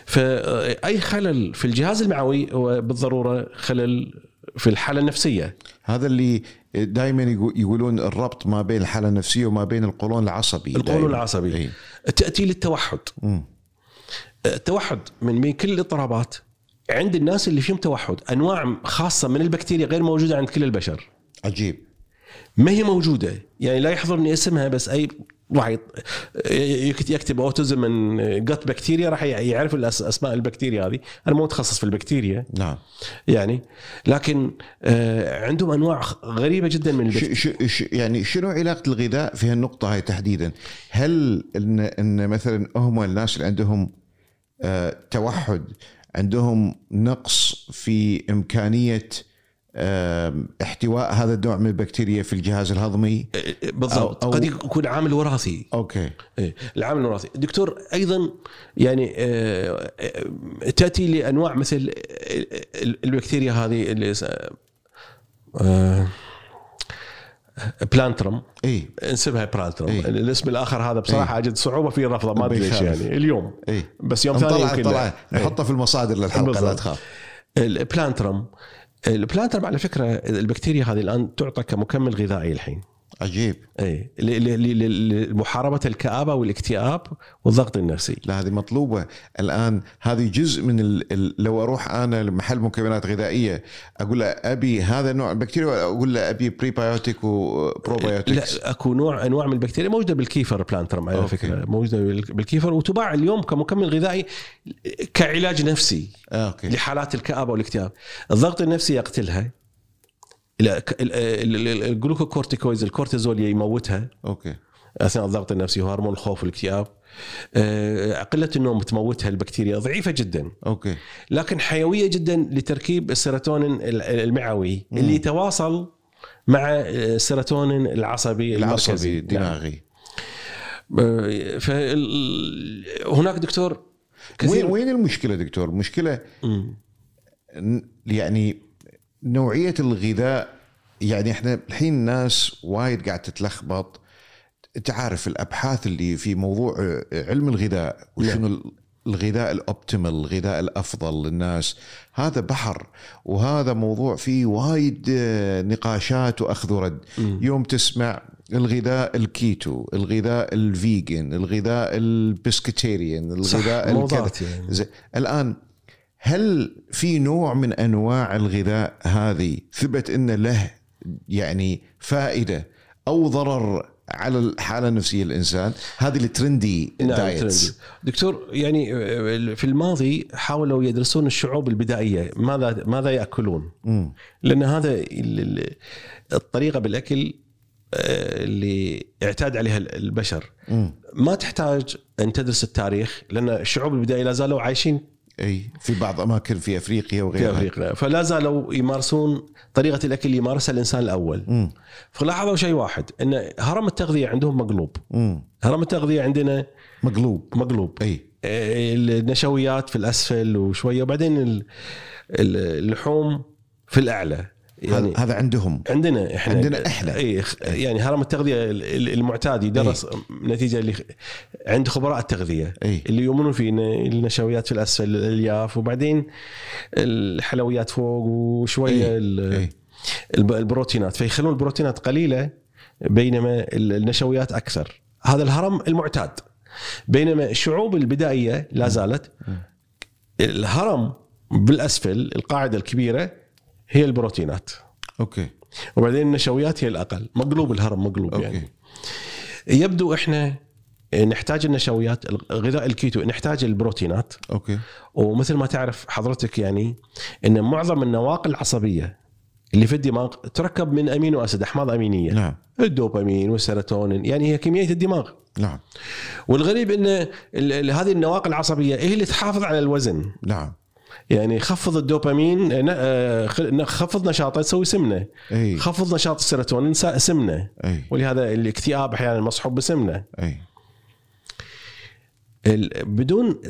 B: فاي خلل في الجهاز المعوي هو بالضروره خلل في الحاله النفسيه
A: هذا اللي دائما يقولون الربط ما بين الحاله النفسيه وما بين القولون العصبي
B: القولون
A: دايماً.
B: العصبي
A: أي.
B: تاتي للتوحد
A: مم.
B: التوحد من بين كل الاضطرابات عند الناس اللي فيهم توحد انواع خاصه من البكتيريا غير موجوده عند كل البشر
A: عجيب
B: ما هي موجوده يعني لا يحضرني اسمها بس اي واحد يكت- يكتب اوتزم من جت بكتيريا راح يعرف الأس- اسماء البكتيريا هذه انا مو متخصص في البكتيريا
A: نعم
B: يعني لكن آه، عندهم انواع خ- غريبه جدا من البكتيريا
A: ش ش ش يعني شنو علاقه الغذاء في هالنقطه هاي تحديدا هل ان ان مثلا هم الناس اللي عندهم آه، توحد عندهم نقص في امكانيه آم، احتواء هذا النوع من البكتيريا في الجهاز الهضمي
B: إيه. بالضبط
A: أو- أو-
B: قد يكون عامل وراثي
A: اوكي
B: إيه، العامل الوراثي دكتور ايضا يعني آه، آه، تاتي لانواع مثل آه، ال- البكتيريا هذه اللي س- آه، بلانترم
A: اي
B: انسبها بلانترم
A: إيه.
B: الاسم الاخر هذا بصراحه اجد صعوبه فيه رفضه ما ادري ليش
A: بيخالف.
B: يعني اليوم
A: اي
B: بس يوم ثاني
A: طلع
B: يمكن إيه. لا.
A: طلع نحطه في المصادر للحلقه لا
B: بالضبط.
A: تخاف
B: البلانترم البلانتر على فكره البكتيريا هذه الان تعطى كمكمل غذائي الحين
A: عجيب
B: اي إيه، ل- ل- ل- لمحاربه الكابه والاكتئاب والضغط النفسي
A: لا هذه مطلوبه الان هذه جزء من ال... ال... لو اروح انا لمحل مكملات غذائيه اقول له ابي هذا نوع بكتيريا ولا اقول له ابي بريبايوتيك
B: لا
A: وبروبايوتيك
B: اكو نوع انواع من البكتيريا موجوده بالكيفر بلانتر على
A: أوكي.
B: فكره موجوده بال- بالكيفر وتباع اليوم كمكمل غذائي كعلاج نفسي
A: اوكي
B: لحالات الكابه والاكتئاب الضغط النفسي يقتلها ال- ال- ال- ال- الجلوكوكورتيكويز الكورتيزول يموتها
A: اوكي
B: اثناء الضغط النفسي وهرمون الخوف والاكتئاب آه، قله النوم تموتها البكتيريا ضعيفه جدا
A: اوكي
B: لكن حيويه جدا لتركيب السيروتونين ال- المعوي اللي يتواصل مع آه، السيروتونين العصبي المركزي.
A: العصبي
B: نعم.
A: دماغي
B: آه، فال- هناك دكتور
A: وين
B: كثير
A: وين المشكله دكتور؟ المشكله
B: مم.
A: ن- يعني نوعيه الغذاء يعني احنا الحين ناس وايد قاعد تتلخبط تعرف الابحاث اللي في موضوع آه، علم الغذاء وشنو ال- الغذاء الاوبتيمال، الغذاء الافضل للناس، هذا بحر وهذا موضوع فيه وايد آه، نقاشات واخذ ورد، يوم تسمع الغذاء الكيتو، الغذاء الفيجن، الغذاء البسكتيريان،
B: صح،
A: الغذاء الكذا
B: موضات يعني.
A: زي الان هل في نوع من انواع الغذاء هذه ثبت ان له يعني فائده او ضرر على الحاله النفسيه الانسان هذه الترندي
B: نعم
A: دايت
B: دكتور يعني آه، في الماضي حاولوا يدرسون الشعوب البدائيه ماذا ماذا ياكلون
A: مم.
B: لان هذا ال- ال- الطريقه بالاكل آه، اللي اعتاد عليها ال- البشر
A: مم.
B: ما تحتاج ان تدرس التاريخ لان الشعوب البدائيه لا زالوا عايشين
A: اي في بعض اماكن في افريقيا
B: في
A: وغيرها
B: افريقيا فلا زالوا يمارسون طريقه الاكل اللي يمارسها الانسان الاول
A: مم.
B: فلاحظوا شيء واحد ان هرم التغذيه عندهم مقلوب
A: مم.
B: هرم التغذيه عندنا
A: مقلوب
B: مقلوب
A: اي
B: النشويات في الاسفل وشويه وبعدين ال- ال- اللحوم في الاعلى
A: يعني هذا عندهم
B: عندنا احنا
A: عندنا إحنا.
B: اي خ- يعني هرم التغذيه ال- ال- المعتاد يدرس
A: إيه.
B: نتيجه اللي خ- عند خبراء التغذيه
A: اي
B: اللي يؤمنون فيه إن النشويات في الاسفل الالياف وبعدين الحلويات فوق وشويه
A: إيه.
B: ال-
A: اي
B: الب- البروتينات فيخلون البروتينات قليله بينما ال- النشويات اكثر هذا الهرم المعتاد بينما الشعوب البدائيه
A: إيه.
B: لا زالت الهرم بالاسفل القاعده الكبيره هي البروتينات
A: اوكي
B: وبعدين النشويات هي الاقل مقلوب الهرم مقلوب أوكي.
A: اوكي
B: يعني يبدو احنا نحتاج النشويات الغذاء الكيتو نحتاج البروتينات
A: اوكي
B: ومثل ما تعرف حضرتك يعني ان معظم النواقل العصبيه اللي في الدماغ تركب من امينو اسيد احماض امينيه نعم.
A: نعم
B: الدوبامين والسيروتونين يعني هي كميه الدماغ
A: نعم
B: والغريب ان ال- ال- هذه النواقل العصبيه هي اللي تحافظ على الوزن
A: نعم يعني
B: يعني خفض الدوبامين آه، ن- آه، خ- ن- خفض نشاطه تسوي سمنه
A: اي
B: خفض نشاط السيروتونين س- سمنه
A: اي
B: ولهذا الاكتئاب احيانا مصحوب بسمنه
A: اي
B: ال- بدون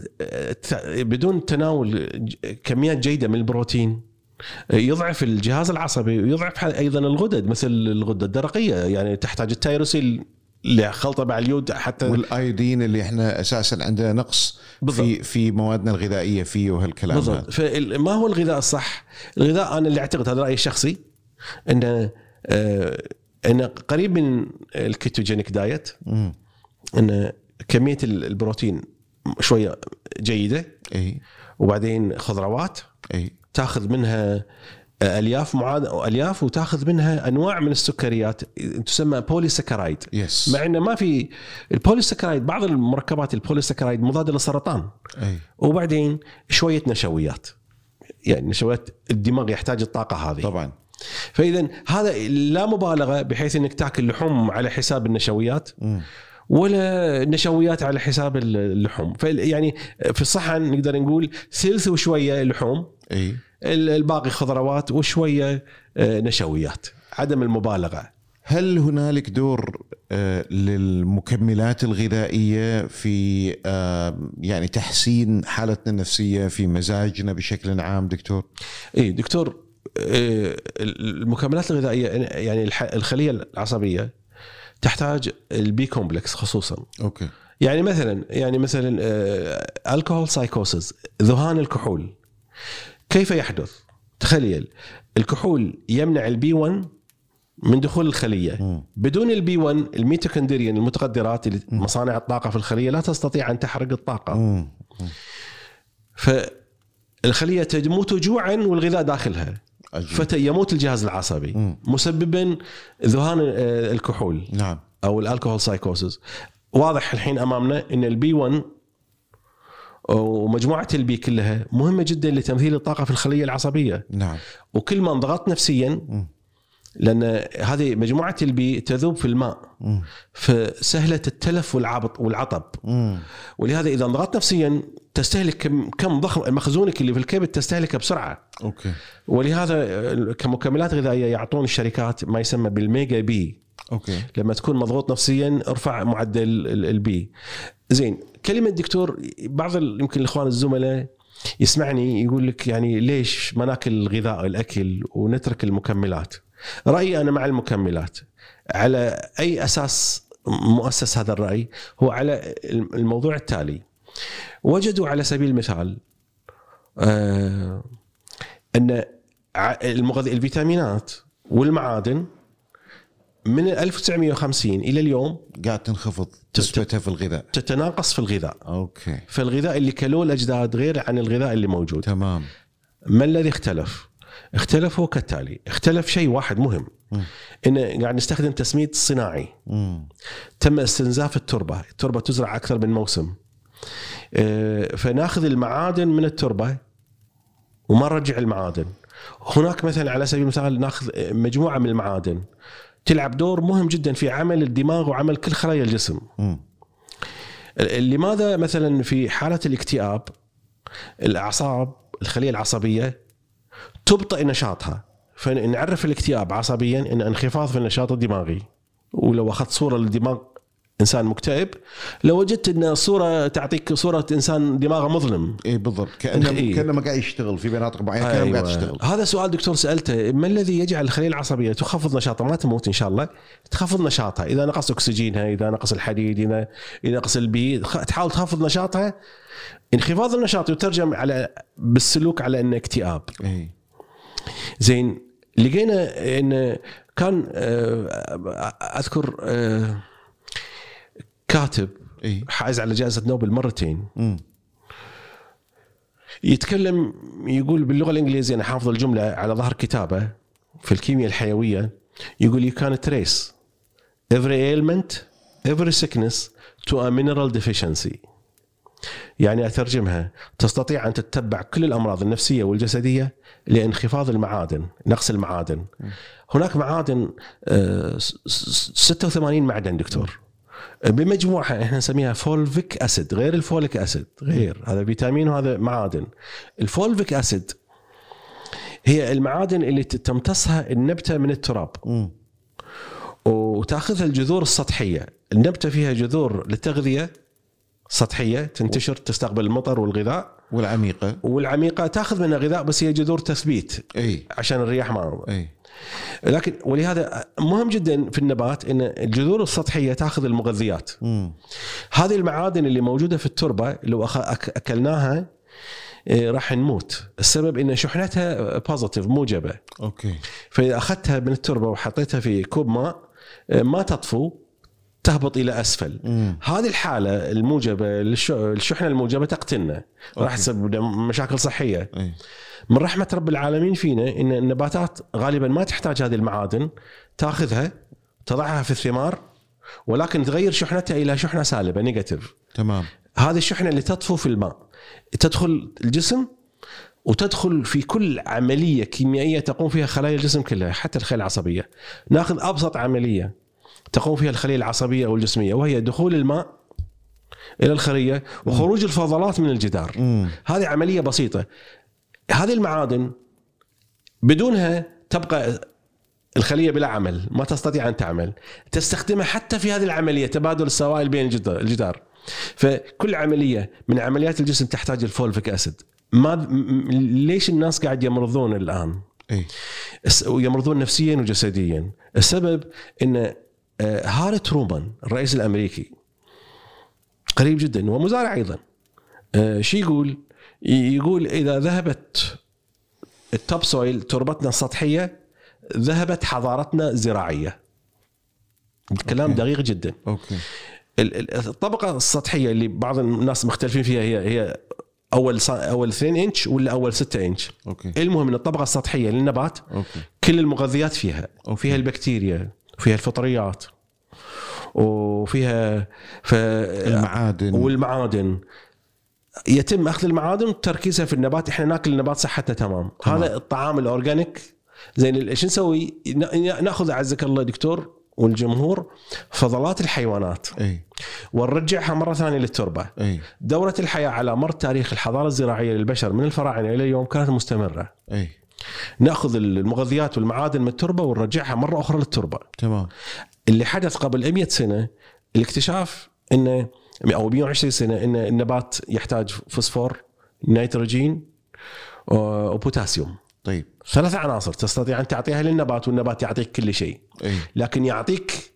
B: ت- بدون تناول ج- كميات جيده من البروتين يضعف الجهاز العصبي ويضعف ح- ايضا الغدد مثل الغده الدرقيه يعني تحتاج التيروسين لخلطه مع اليود حتى
A: والايودين اللي احنا اساسا عندنا نقص
B: بالضبط.
A: في في موادنا الغذائيه فيه وهالكلام هذا
B: بالضبط فما هو الغذاء الصح؟ الغذاء انا اللي اعتقد هذا رايي الشخصي انه آه، انه قريب من الكيتوجينيك دايت
A: مم.
B: انه كميه ال- البروتين شويه جيده
A: اي
B: وبعدين خضروات
A: اي
B: تاخذ منها الياف معاد الياف وتاخذ منها انواع من السكريات تسمى بوليسكرايد
A: يس
B: مع انه ما في البوليسكرايد بعض المركبات البوليسكرايد مضاده للسرطان
A: اي
B: وبعدين شويه نشويات يعني نشويات الدماغ يحتاج الطاقه هذه
A: طبعا
B: فاذا هذا لا مبالغه بحيث انك تاكل لحوم على حساب النشويات
A: مم.
B: ولا نشويات على حساب اللحوم فال- يعني في الصحن نقدر نقول ثلث وشويه لحوم
A: اي
B: ال- الباقي خضروات وشويه آه، نشويات عدم المبالغه
A: هل هنالك دور آه، للمكملات الغذائيه في آه، يعني تحسين حالتنا النفسيه في مزاجنا بشكل عام دكتور؟
B: اي إيه، دكتور آه، المكملات الغذائيه يعني الح- الخليه العصبيه تحتاج البي كومبلكس خصوصا
A: اوكي
B: يعني مثلا يعني آه، مثلا الكحول سايكوسز ذهان الكحول كيف يحدث تخيل الكحول يمنع البي 1 من دخول الخليه
A: مم.
B: بدون البي 1 الميتوكوندريان المتقدرات اللي- مصانع الطاقه في الخليه لا تستطيع ان تحرق الطاقه
A: مم.
B: فالخليه تموت جوعا والغذاء داخلها
A: عجيب.
B: فيموت الجهاز العصبي
A: مم.
B: مسببا ذهان آه، الكحول
A: نعم
B: او الالكوهول سايكوسس واضح الحين امامنا ان البي 1 ومجموعه البي كلها مهمه جدا لتمثيل الطاقه في الخليه العصبيه
A: نعم
B: وكل ما انضغطت نفسيا
A: مم.
B: لان هذه مجموعه البي تذوب في الماء
A: مم.
B: فسهله التلف والعبط والعطب
A: مم.
B: ولهذا اذا انضغطت نفسيا تستهلك كم كم ضخم مخزونك اللي في الكبد تستهلكه بسرعه
A: اوكي
B: ولهذا آه، كمكملات غذائيه يعطون الشركات ما يسمى بالميجا بي
A: اوكي
B: لما تكون مضغوط نفسيا ارفع معدل ال- البي زين كلمه دكتور بعض ال- يمكن الاخوان الزملاء يسمعني يقول لك يعني ليش ما ناكل الغذاء الاكل ونترك المكملات رايي انا مع المكملات على اي اساس مؤسس هذا الراي هو على الم- الموضوع التالي وجدوا على سبيل المثال آه ان ع- المغذي الفيتامينات والمعادن من 1950 الى اليوم
A: قاعد تنخفض نسبتها في الغذاء
B: تتناقص في الغذاء
A: اوكي
B: فالغذاء اللي كلوه الاجداد غير عن الغذاء اللي موجود
A: تمام
B: ما الذي اختلف اختلف هو كالتالي اختلف شيء واحد مهم
A: مم.
B: ان قاعد نستخدم تسميد صناعي
A: مم.
B: تم استنزاف التربه التربه تزرع اكثر من موسم اه، فناخذ المعادن من التربه وما نرجع المعادن هناك مثلا على سبيل المثال ناخذ اه، مجموعه من المعادن تلعب دور مهم جدا في عمل الدماغ وعمل كل خلايا الجسم
A: مم.
B: لماذا مثلا في حاله الاكتئاب الاعصاب الخليه العصبيه تبطئ نشاطها فنعرف الاكتئاب عصبيا ان انخفاض في النشاط الدماغي ولو اخذت صوره للدماغ انسان مكتئب لو وجدت ان الصوره تعطيك صوره انسان دماغه مظلم
A: اي بالضبط كانه
B: إيه.
A: كانه قاعد يشتغل في مناطق معينه كانه قاعد يشتغل
B: أيوة. هذا سؤال دكتور سالته ما الذي يجعل الخليه العصبيه تخفض نشاطها ما تموت ان شاء الله تخفض نشاطها اذا نقص اكسجينها اذا نقص الحديد اذا اذا نقص البي خ- تحاول تخفض نشاطها انخفاض النشاط يترجم على بالسلوك على انه اكتئاب
A: اي
B: زين لقينا ان كان آه، اذكر آه، كاتب
A: اي
B: حائز على جائزه نوبل مرتين
A: إيه. مم.
B: يتكلم يقول باللغه الانجليزيه انا حافظ الجمله على ظهر كتابه في الكيمياء الحيويه يقول you can trace every ailment every sickness to a mineral deficiency يعني اترجمها تستطيع ان تتبع كل الامراض النفسيه والجسديه لانخفاض المعادن نقص المعادن هناك معادن آه، س- س- 86 معدن دكتور بمجموعها احنا نسميها فولفيك اسيد غير الفوليك اسيد غير هذا فيتامين وهذا معادن الفولفيك اسيد هي المعادن اللي ت- تمتصها النبته من التراب
A: مم.
B: وتاخذها الجذور السطحيه النبته فيها جذور للتغذيه سطحيه تنتشر تستقبل المطر والغذاء
A: والعميقه
B: والعميقه تاخذ منها غذاء بس هي جذور تثبيت
A: اي
B: عشان الرياح ما
A: اي
B: لكن ولهذا مهم جدا في النبات ان الجذور السطحيه تاخذ المغذيات
A: مم.
B: هذه المعادن اللي موجوده في التربه لو أخ- أك- اكلناها إيه، راح نموت السبب ان شحنتها بوزيتيف موجبه
A: اوكي
B: فاذا اخذتها من التربه وحطيتها في كوب ماء إيه، ما تطفو تهبط الى اسفل
A: مم.
B: هذه الحاله الموجبه للش- الشحنه الموجبه تقتلنا راح
A: أوكي.
B: تسبب لنا مشاكل صحيه
A: اي
B: من رحمه رب العالمين فينا ان النباتات غالبا ما تحتاج هذه المعادن تاخذها تضعها في الثمار ولكن تغير شحنتها الى شحنه سالبه نيجاتيف
A: تمام
B: هذه الشحنه اللي تطفو في الماء تدخل الجسم وتدخل في كل عمليه كيميائيه تقوم فيها خلايا الجسم كلها حتى الخلايا العصبيه ناخذ ابسط عمليه تقوم فيها الخليه العصبيه او الجسميه وهي دخول الماء الى الخليه وخروج الفضلات من الجدار
A: مم.
B: هذه عمليه بسيطه هذه المعادن بدونها تبقى الخليه بلا عمل ما تستطيع ان تعمل تستخدمها حتى في هذه العمليه تبادل السوائل بين الجدار- الجدار فكل عمليه من عمليات الجسم تحتاج الفولفيك اسيد ما م- ليش الناس قاعد يمرضون الان
A: اي
B: الس- ويمرضون نفسيا وجسديا السبب ان آه، هارت رومان الرئيس الامريكي قريب جدا ومزارع ايضا آه، شو يقول ي- يقول اذا ذهبت التوب سويل تربتنا سطحيه ذهبت حضارتنا زراعيه كلام دقيق جدا
A: اوكي
B: ال- ال- الطبقه السطحيه اللي بعض الناس مختلفين فيها هي هي اول ص- اول 2 انش ولا اول 6 انش
A: اوكي
B: المهم ان الطبقه السطحيه للنبات
A: اوكي
B: كل المغذيات فيها
A: أوكي.
B: وفيها البكتيريا وفيها الفطريات وفيها ف... إيه.
A: المعادن
B: والمعادن يتم اخذ المعادن وتركيزها في النبات احنا ناكل النبات صحتنا تمام,
A: تمام.
B: تمام. هذا الطعام الاورجانيك زين ال- شو نسوي نا- نا- ناخذ اعزك الله دكتور والجمهور فضلات الحيوانات
A: اي
B: ونرجعها مره ثانيه للتربه
A: اي
B: دوره الحياه على مر تاريخ الحضاره الزراعيه للبشر من الفراعنه الى اليوم كانت مستمره
A: اي
B: ناخذ المغذيات والمعادن من التربه ونرجعها مره اخرى للتربه
A: تمام
B: اللي حدث قبل 100 سنه الاكتشاف انه او 120 سنه ان النبات يحتاج فوسفور نيتروجين و- وبوتاسيوم
A: طيب
B: ثلاث عناصر تستطيع ان تعطيها للنبات والنبات يعطيك كل شيء
A: اي
B: لكن يعطيك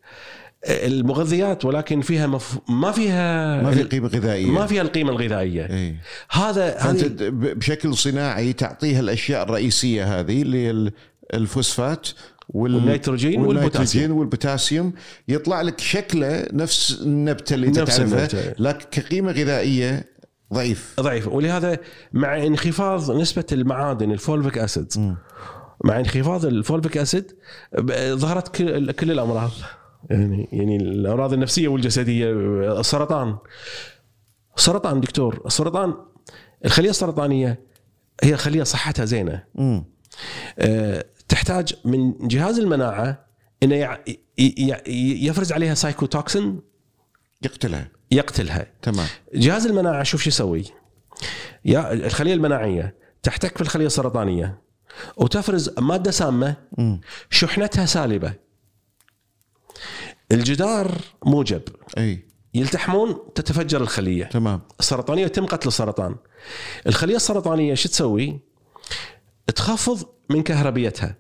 B: المغذيات ولكن فيها مف... ما فيها
A: ما في إيه. قيمه غذائيه
B: إيه. ما فيها القيمه الغذائيه
A: اي
B: هذا
A: فانت
B: هذه
A: د- ب- بشكل صناعي تعطيها الاشياء الرئيسيه هذه اللي هي ال- الفوسفات وال...
B: والنيتروجين والبوتاسيوم
A: والنيتروجين والبوتاسيوم يطلع لك شكله نفس النبته اللي انت
B: نفس
A: تعرفها
B: النبتة.
A: لكن كقيمه غذائيه ضعيف
B: ضعيف ولهذا مع انخفاض نسبه المعادن الفولفيك اسيد
A: مم.
B: مع انخفاض الفولفيك اسيد ب- ظهرت كل, كل الامراض يعني يعني الامراض النفسيه والجسديه السرطان سرطان دكتور السرطان الخليه السرطانيه هي خليه صحتها زينه
A: مم.
B: أه، تحتاج من جهاز المناعه انه يع- ي- ي- ي- يفرز عليها سايكوتوكسين
A: يقتلها
B: يقتلها
A: تمام
B: جهاز المناعه شوف شو يسوي يا الخليه المناعيه تحتك في الخليه السرطانيه وتفرز ماده سامه
A: مم.
B: شحنتها سالبه الجدار موجب
A: اي
B: يلتحمون تتفجر الخليه
A: تمام
B: السرطانيه ويتم قتل السرطان الخليه السرطانيه شو تسوي تخفض من كهربيتها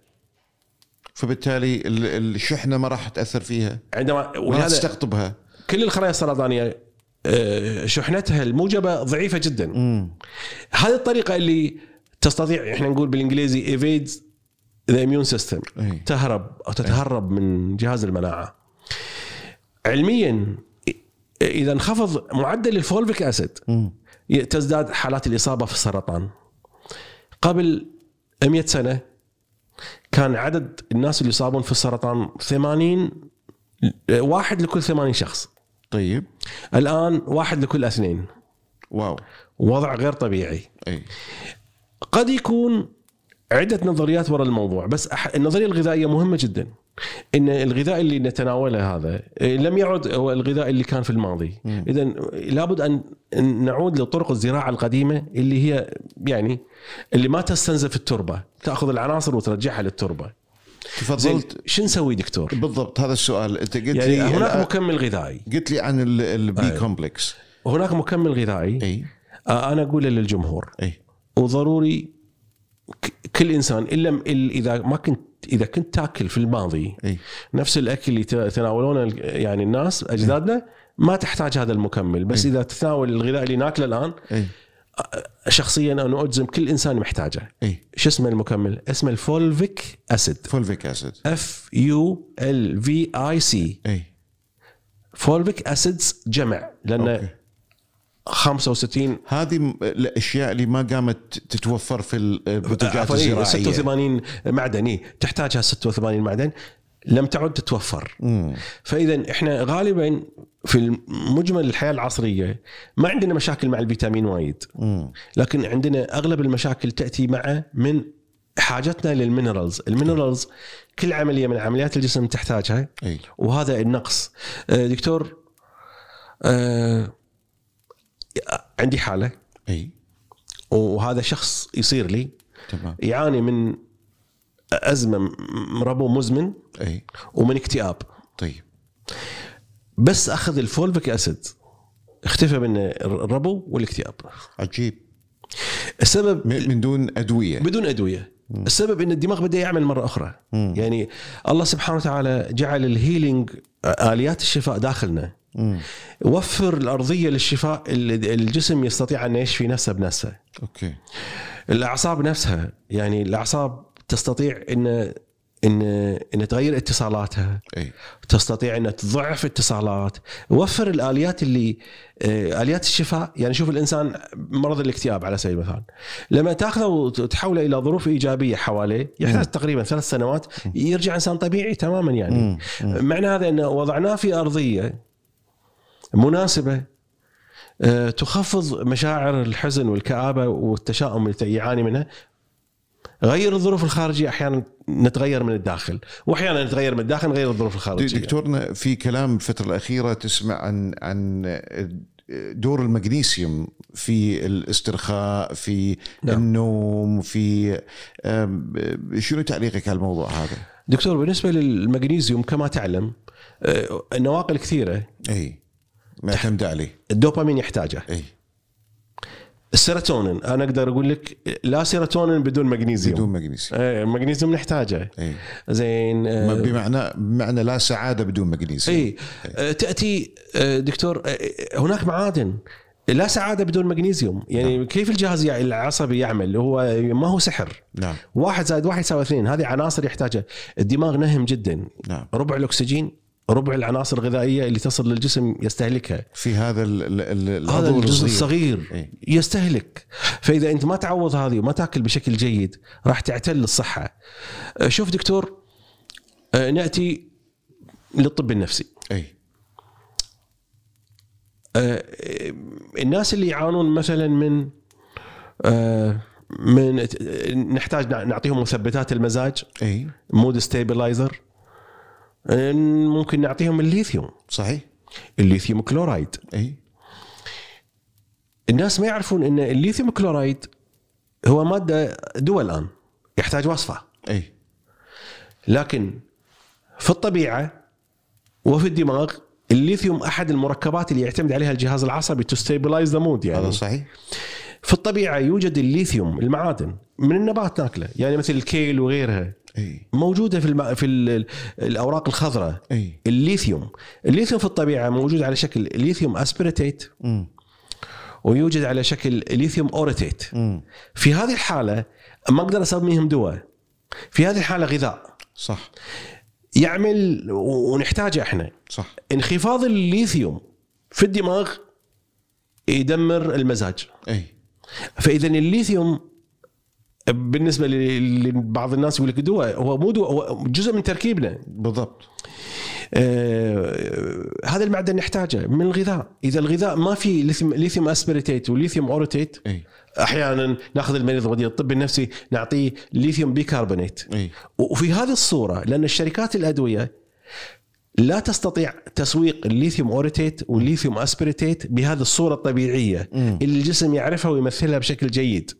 A: فبالتالي ال- الشحنه ما راح تاثر فيها ما
B: عندما
A: راح
B: ولهذا
A: تستقطبها
B: كل الخلايا السرطانيه آه، شحنتها الموجبه ضعيفه جدا
A: مم.
B: هذه الطريقه اللي تستطيع احنا نقول بالانجليزي ايفيد ذا اميون سيستم
A: اي
B: تهرب او تتهرب من جهاز المناعه علميا إ- اذا انخفض معدل الفولفيك اسيد
A: مم.
B: ي- تزداد حالات الاصابه في السرطان قبل 100 سنه كان عدد الناس اللي يصابون في السرطان 80 واحد لكل 80 شخص
A: طيب
B: الان واحد لكل اثنين
A: واو
B: وضع غير طبيعي
A: اي
B: قد يكون عدة نظريات وراء الموضوع بس أح- النظرية الغذائية مهمة جدا ان الغذاء اللي نتناوله هذا إيه، لم يعد هو الغذاء اللي كان في الماضي
A: مم.
B: اذا لابد ان أن نعود لطرق الزراعة القديمة اللي هي يعني اللي ما تستنزف التربة تاخذ العناصر وترجعها للتربة زين
A: تفضلت
B: شو نسوي دكتور
A: بالضبط هذا السؤال انت قلت
B: يعني
A: لي
B: هناك
A: الآن-
B: مكمل غذائي
A: قلت لي عن البي
B: أي.
A: كومبلكس
B: هناك مكمل غذائي
A: اي
B: آه، انا اقوله للجمهور
A: اي
B: وضروري ك- كل انسان الا م- إل- اذا ما كنت اذا كنت تاكل في الماضي
A: اي
B: نفس الاكل اللي ت- تناولونه ال- يعني الناس اجدادنا ما تحتاج هذا المكمل بس اذا تتناول الغذاء اللي ناكله الان
A: اي
B: شخصيا انا اجزم كل انسان محتاجه
A: اي
B: شو اسمه المكمل اسمه الفولفيك اسيد
A: فولفيك اسيد
B: اف يو ال في اي سي
A: اي
B: فولفيك اسيدز جمع
A: أوكي.
B: لان 65
A: هذه م- الاشياء اللي ما قامت تتوفر في البوتجات
B: عفواً، إيه،
A: الزراعيه
B: 86 معدن إيه، تحتاجها 86 معدن لم تعد تتوفر
A: مم.
B: فاذا احنا غالبا في مجمل الحياه العصريه ما عندنا مشاكل مع الفيتامين وايد
A: مم.
B: لكن عندنا اغلب المشاكل تاتي مع من حاجتنا للمينرالز المينرالز كل عمليه من عمليات الجسم تحتاجها
A: اي
B: وهذا النقص آه، دكتور آه، عندي حاله
A: اي
B: وهذا شخص يصير لي
A: تمام
B: يعاني من ازمه م- مربو مزمن
A: اي
B: ومن اكتئاب
A: طيب
B: بس اخذ الفولفيك اسيد اختفى منه الربو والاكتئاب
A: عجيب
B: السبب
A: م- من دون ادويه
B: بدون ادويه السبب ان الدماغ بدا يعمل مره اخرى
A: مم.
B: يعني الله سبحانه وتعالى جعل الهيلينج اليات الشفاء داخلنا
A: مم.
B: وفر الارضيه للشفاء اللي الجسم يستطيع ان يشفي نفسه بنفسه
A: اوكي
B: الاعصاب نفسها يعني الاعصاب تستطيع ان ان ان تغير اتصالاتها
A: اي
B: تستطيع ان تضعف اتصالات وفر الاليات اللي آه، اليات الشفاء يعني شوف الانسان مرض الاكتئاب على سبيل المثال لما تاخذه وتحوله الى ظروف ايجابيه حواليه يحتاج تقريبا ثلاث سنوات يرجع انسان طبيعي تماما يعني
A: مم.
B: معنى هذا ان وضعناه في ارضيه مناسبه آه، تخفض مشاعر الحزن والكآبة والتشاؤم اللي يعاني منها غير الظروف الخارجية أحيانا نتغير من الداخل وأحيانا نتغير من الداخل نغير الظروف
A: د-
B: الخارجية
A: دكتورنا في كلام الفترة الأخيرة تسمع عن عن آه، دور المغنيسيوم في الاسترخاء في
B: نعم.
A: نعم. النوم في أم، شنو تعليقك على الموضوع هذا؟
B: دكتور بالنسبة للمغنيزيوم كما تعلم آه، النواقل كثيرة
A: اي معتمد عليه
B: الدوبامين يحتاجه
A: اي
B: السيروتونين أنا أقدر أقول لك لا سيروتونين بدون مغنيزيوم
A: بدون مغنيسيوم
B: إيه، المغنيزيوم نحتاجه
A: اي
B: زين آه،
A: ما- بمعنى بمعنى لا سعاده بدون مغنيسيوم
B: اي آه، تاتي آه، دكتور آه، هناك معادن لا سعاده بدون مغنيسيوم يعني نعم. كيف الجهاز يع- العصبي يعمل هو ما هو سحر
A: نعم
B: واحد زائد واحد يساوي اثنين هذه عناصر يحتاجها الدماغ نهم جدا
A: نعم
B: ربع الاكسجين ربع العناصر الغذائيه اللي تصل للجسم يستهلكها
A: في هذا ال ال ال
B: هذا
A: العضو
B: الجزء الصغير
A: إيه.
B: يستهلك فاذا انت ما تعوض هذه وما تاكل بشكل جيد راح تعتل الصحه آه، شوف دكتور آه، ناتي للطب النفسي
A: اي
B: آه، الناس اللي يعانون مثلا من آه، من نحتاج نع- نعطيهم مثبتات المزاج
A: اي
B: مود ستابلايزر ممكن نعطيهم الليثيوم
A: صحيح
B: الليثيوم كلورايد
A: اي
B: الناس ما يعرفون ان الليثيوم كلورايد هو ماده دواء الان يحتاج وصفه
A: اي
B: لكن في الطبيعه وفي الدماغ الليثيوم احد المركبات اللي يعتمد عليها الجهاز العصبي تو ستابلايز ذا مود يعني
A: هذا صحيح
B: في الطبيعه يوجد الليثيوم المعادن من النبات ناكله يعني مثل الكيل وغيرها
A: اي
B: موجوده في الم... في ال... الاوراق الخضراء
A: اي
B: الليثيوم الليثيوم في الطبيعه موجود على شكل ليثيوم اسبريتيت
A: امم
B: ويوجد على شكل ليثيوم اوريتيت
A: امم
B: في هذه الحاله ما اقدر اسميهم دواء في هذه الحاله غذاء
A: صح
B: يعمل و- ونحتاجه احنا
A: صح
B: انخفاض الليثيوم في الدماغ يدمر المزاج
A: اي
B: فاذا الليثيوم بالنسبه ل- لبعض الناس يقول لك دواء هو مو دواء هو جزء من تركيبنا
A: بالضبط
B: آه، هذا المعدن نحتاجه من الغذاء اذا الغذاء ما في ليثيوم, ليثيوم اسبريتيت وليثيوم اوريتيت
A: اي
B: احيانا ناخذ المريض ودي الطب النفسي نعطيه ليثيوم بيكربونات
A: اي
B: وفي هذه الصوره لان الشركات الادويه لا تستطيع تسويق الليثيوم اوريتيت والليثيوم اسبريتيت بهذه الصوره الطبيعيه
A: مم.
B: اللي الجسم يعرفها ويمثلها بشكل جيد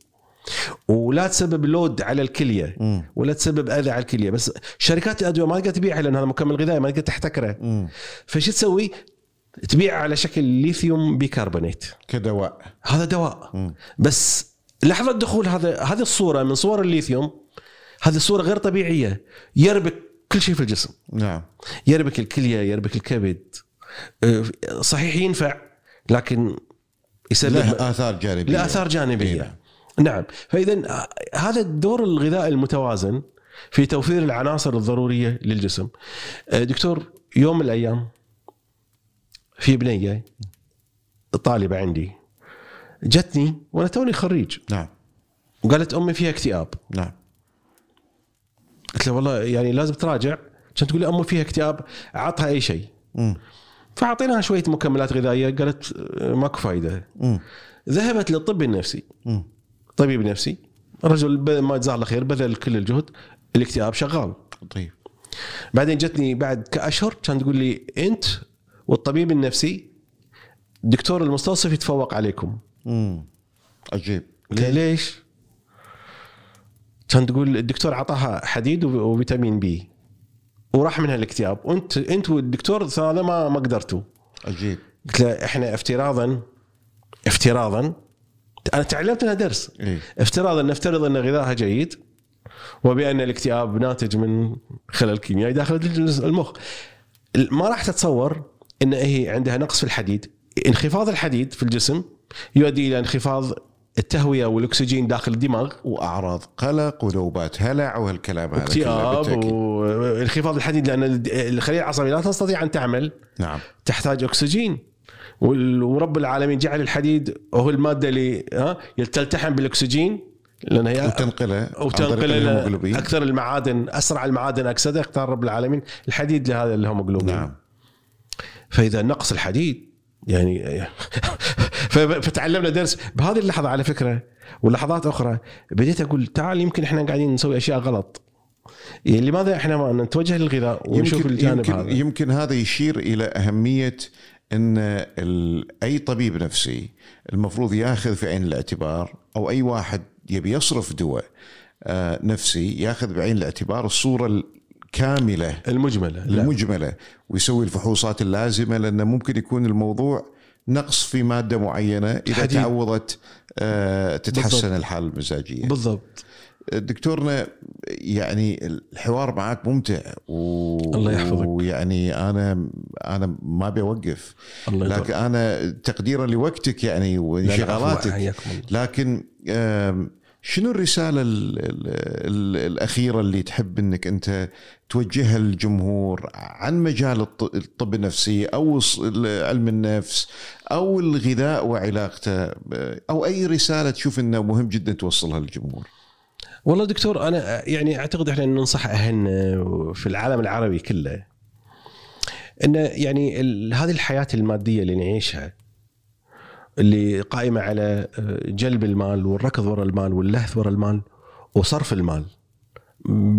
B: ولا تسبب لود على الكليه
A: مم.
B: ولا تسبب اذى على الكليه بس شركات الادويه ما تقدر تبيعها لان هذا مكمل غذائي ما تقدر تحتكره
A: امم
B: فشو تسوي؟ تبيعه على شكل ليثيوم بيكربونات
A: كدواء
B: هذا دواء
A: مم.
B: بس لحظه دخول هذا هذه الصوره من صور الليثيوم هذه صوره غير طبيعيه يربك كل شيء في الجسم
A: نعم
B: يربك الكليه يربك الكبد أه، صحيح ينفع لكن يسبب لا,
A: له اثار جانبيه
B: لا اثار جانبيه
A: إيه.
B: نعم فاذا آه، هذا الدور الغذائي المتوازن في توفير العناصر الضروريه للجسم آه، دكتور يوم من الايام في بنيه طالبه عندي جتني وانا توني خريج
A: نعم
B: وقالت امي فيها اكتئاب
A: نعم
B: قلت لها والله يعني لازم تراجع عشان تقول لي امي فيها اكتئاب عطها اي شيء
A: امم
B: فاعطيناها شويه مكملات غذائيه قالت آه، ماكو فايده
A: امم
B: ذهبت للطب النفسي
A: امم
B: طبيب نفسي رجل ب- ما جزاه الله خير بذل كل الجهد الاكتئاب شغال
A: طيب
B: بعدين جتني بعد كاشهر كان تقول لي انت والطبيب النفسي دكتور المستوصف يتفوق عليكم
A: امم عجيب
B: قلت لها ليش؟ كان تقول الدكتور عطاها حديد وب- وفيتامين بي وراح منها الاكتئاب وانت انت والدكتور هذا ما ما قدرتوا
A: عجيب
B: قلت له احنا افتراضا افتراضا انا تعلمت منها درس
A: اي
B: افتراضا نفترض ان غذائها جيد وبان الاكتئاب ناتج من خلل كيميائي داخل الجزء- المخ ما راح تتصور ان هي عندها نقص في الحديد انخفاض الحديد في الجسم يؤدي الى انخفاض التهويه والاكسجين داخل الدماغ
A: واعراض قلق ونوبات هلع وهالكلام هذا كله
B: واكتئاب
A: بالتأكيد.
B: وانخفاض الحديد لان الد- الخليه العصبيه لا تستطيع ان تعمل
A: نعم
B: تحتاج اكسجين وال- ورب العالمين جعل الحديد وهو الماده اللي ها تلتحم بالاكسجين لان هي
A: وتنقله عن طريق
B: وتنقل
A: الهيموغلوبين.
B: اكثر المعادن اسرع المعادن اكسده اختار رب العالمين الحديد لهذا الهيموجلوبين
A: نعم
B: فاذا نقص الحديد يعني ف- فتعلمنا درس بهذه اللحظه على فكره ولحظات اخرى بديت اقول تعال يمكن احنا قاعدين نسوي اشياء غلط يعني لماذا احنا ما نتوجه للغذاء ونشوف
A: يمكن
B: الجانب
A: يمكن,
B: هذا
A: يمكن هذا يشير الى اهميه ان ال- اي طبيب نفسي المفروض ياخذ في عين الاعتبار او اي واحد يبي يصرف دواء آه، نفسي ياخذ بعين الاعتبار الصوره الكامله
B: المجمله لا.
A: المجمله ويسوي الفحوصات اللازمه لانه ممكن يكون الموضوع نقص في ماده معينه اذا
B: حديد.
A: تعوضت آه، تتحسن
B: بالضبط.
A: الحاله المزاجيه
B: بالضبط
A: دكتورنا يعني الحوار معك ممتع و...
B: الله يحفظك.
A: ويعني انا انا ما بوقف
B: الله يبارك.
A: لكن انا تقديرا لوقتك يعني
B: لا، لا،
A: وانشغالاتك
B: عفواً، حياكم الله.
A: لكن آم، شنو الرسالة ال ال ال الأخيرة اللي تحب أنك أنت توجهها للجمهور عن مجال الط- الطب النفسي أو الص- ال- علم النفس أو الغذاء وعلاقته آه، أو أي رسالة تشوف أنه مهم جدا توصلها للجمهور
B: والله دكتور انا يعني اعتقد احنا ننصح اهلنا في العالم العربي كله ان يعني ال- هذه الحياه الماديه اللي نعيشها اللي قائمه على آه، جلب المال والركض وراء المال واللهث وراء المال وصرف المال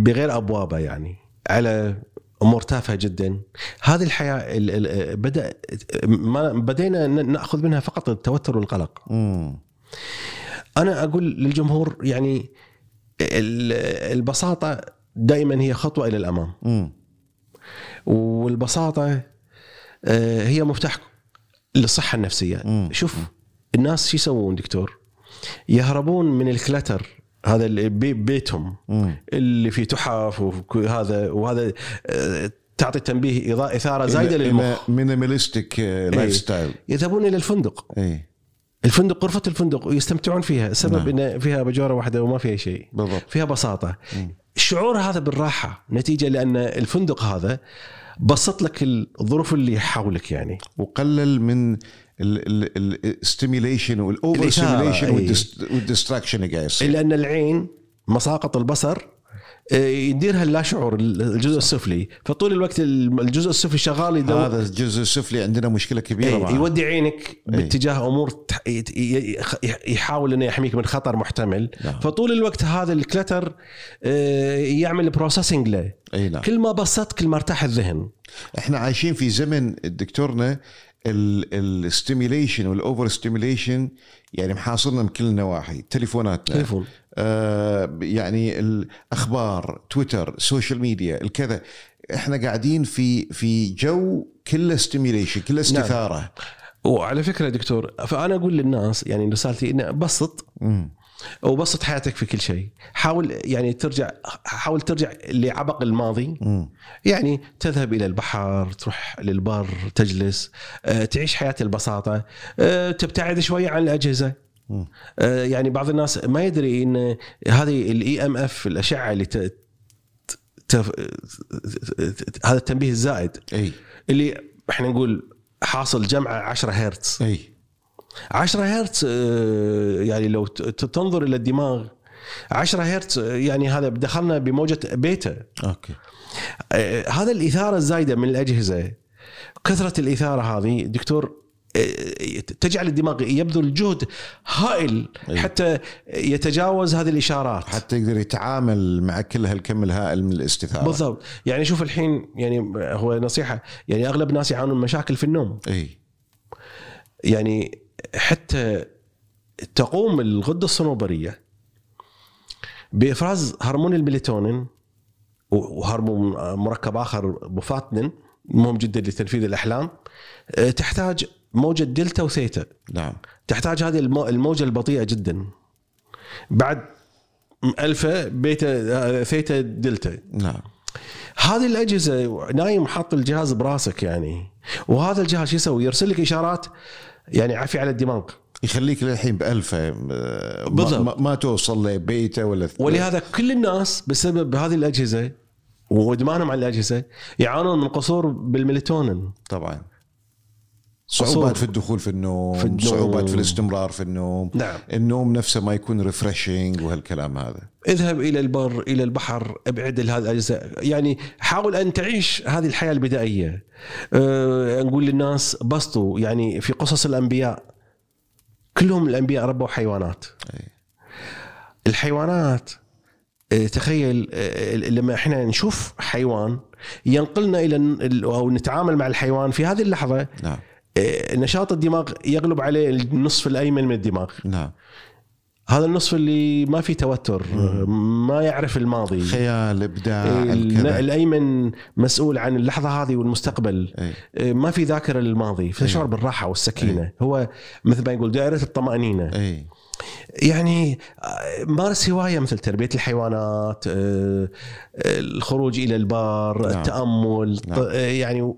B: بغير ابوابه يعني على امور تافهه جدا هذه الحياه ال- ال- بدا ما بدينا ن- ناخذ منها فقط التوتر والقلق
A: مم.
B: انا اقول للجمهور يعني ال- البساطه دائما هي خطوه الى الامام
A: مم.
B: والبساطه آه، هي مفتاح للصحه النفسيه
A: مم.
B: شوف الناس شو يسوون دكتور يهربون من الكلتر هذا اللي بي- بيتهم
A: مم.
B: اللي فيه تحف وهذا وهذا آه، تعطي تنبيه إضاءة- اثاره زايده للمخ
A: مينيماليستيك
B: إيه.
A: لايف ستايل
B: يذهبون الى الفندق
A: اي
B: الفندق غرفه الفندق ويستمتعون فيها السبب
A: نعم.
B: ان فيها بجوره واحده وما فيها شيء
A: بالضبط
B: فيها بساطه الشعور هذا بالراحه نتيجه لان الفندق هذا بسط لك الظروف اللي حولك يعني
A: وقلل من الستيميليشن والاوفر
B: الإثارة،
A: ستيميليشن
B: إي.
A: والديستراكشن اللي قاعد يصير
B: لان العين مساقط البصر آه، يديرها اللا شعور الجزء السفلي فطول الوقت الجزء السفلي شغال يدور
A: آه، هذا الجزء السفلي عندنا مشكله كبيره
B: إيه،
A: معاه.
B: يودي عينك باتجاه امور تح- ي- ي- ي- يحاول انه يحميك من خطر محتمل
A: نعم.
B: فطول الوقت هذا الكلتر آه، يعمل بروسيسنج له
A: اي نعم
B: كل ما بسطت كل ما ارتاح الذهن
A: احنا عايشين في زمن دكتورنا الستيميليشن والاوفر ستيميليشن يعني محاصرنا من كل النواحي تليفوناتنا
B: تليفون.
A: آه يعني الاخبار تويتر سوشيال ميديا الكذا احنا قاعدين في في جو كله ستيميليشن
B: نعم.
A: كله استثاره
B: وعلى فكره دكتور فانا اقول للناس يعني رسالتي انه بسط
A: مم.
B: وبسط حياتك في كل شيء حاول يعني ترجع حاول ترجع لعبق الماضي
A: مم.
B: يعني تذهب الى البحر تروح للبر تجلس آه، تعيش حياه البساطه آه، تبتعد شويه عن الاجهزه
A: مم.
B: آه، يعني بعض الناس ما يدري ان هذه E الاي ام اف الاشعه اللي ت... ت- تف... هذا التنبيه الزائد
A: اي
B: اللي احنا نقول حاصل جمعه 10 هرتز
A: اي
B: 10 هرتز آه، يعني لو ت- ت- تنظر الى الدماغ 10 هرتز آه، يعني هذا دخلنا بموجه بيتا
A: اوكي
B: آه، هذا الاثاره الزايده من الاجهزه كثره الاثاره هذه دكتور آه، تجعل الدماغ يبذل جهد هائل
A: أي.
B: حتى يتجاوز هذه الاشارات
A: حتى يقدر يتعامل مع كل هالكم الهائل من الاستثاره
B: بالضبط يعني شوف الحين يعني هو نصيحه يعني اغلب الناس يعانون من مشاكل في النوم
A: اي
B: يعني حتى تقوم الغده الصنوبريه بافراز هرمون الميلاتونين وهرمون مركب اخر بوفاتنين مهم جدا لتنفيذ الاحلام أه، تحتاج موجه دلتا وثيتا
A: نعم
B: تحتاج هذه المو- الموجه البطيئه جدا بعد الفا بيتا أه، ثيتا دلتا
A: نعم
B: هذه الاجهزه نايم حاط الجهاز براسك يعني وهذا الجهاز شو يسوي؟ يرسل لك اشارات يعني عافيه على الدماغ
A: يخليك للحين بألفه آه، ما-
B: بالضبط.
A: ما, ما توصل لبيته ولا
B: ولهذا كل الناس بسبب هذه الاجهزه وادمانهم على الاجهزه يعانون من قصور بالميلاتونين
A: طبعا
B: قصور.
A: صعوبات في الدخول في النوم,
B: في
A: في
B: النوم.
A: النوم صعوبات في الاستمرار في النوم
B: نعم.
A: النوم نفسه ما يكون ريفرشنج وهالكلام هذا
B: اذهب الى البر الى البحر ابعد لهذه الاجهزه يعني حاول ان تعيش هذه الحياه البدائيه أه نقول للناس بسطوا يعني في قصص الانبياء كلهم الانبياء ربوا حيوانات
A: أي.
B: الحيوانات آه، تخيل آه، لما احنا نشوف حيوان ينقلنا الى ال- او نتعامل مع الحيوان في هذه اللحظه
A: نعم
B: آه، نشاط الدماغ يغلب عليه النصف الايمن من الدماغ
A: نعم
B: هذا النصف اللي ما في توتر آه، ما يعرف الماضي إيه،
A: خيال ابداع
B: ال-
A: الكذا
B: الايمن مسؤول عن اللحظه هذه والمستقبل
A: أي.
B: آه، ما في ذاكره للماضي فتشعر بالراحه والسكينه هو مثل ما يقول دائره الطمانينه
A: اي
B: يعني آه، مارس هوايه مثل تربيه الحيوانات آه، آه، الخروج الى البار
A: نعم.
B: التامل
A: نعم.
B: ط- آه، يعني و-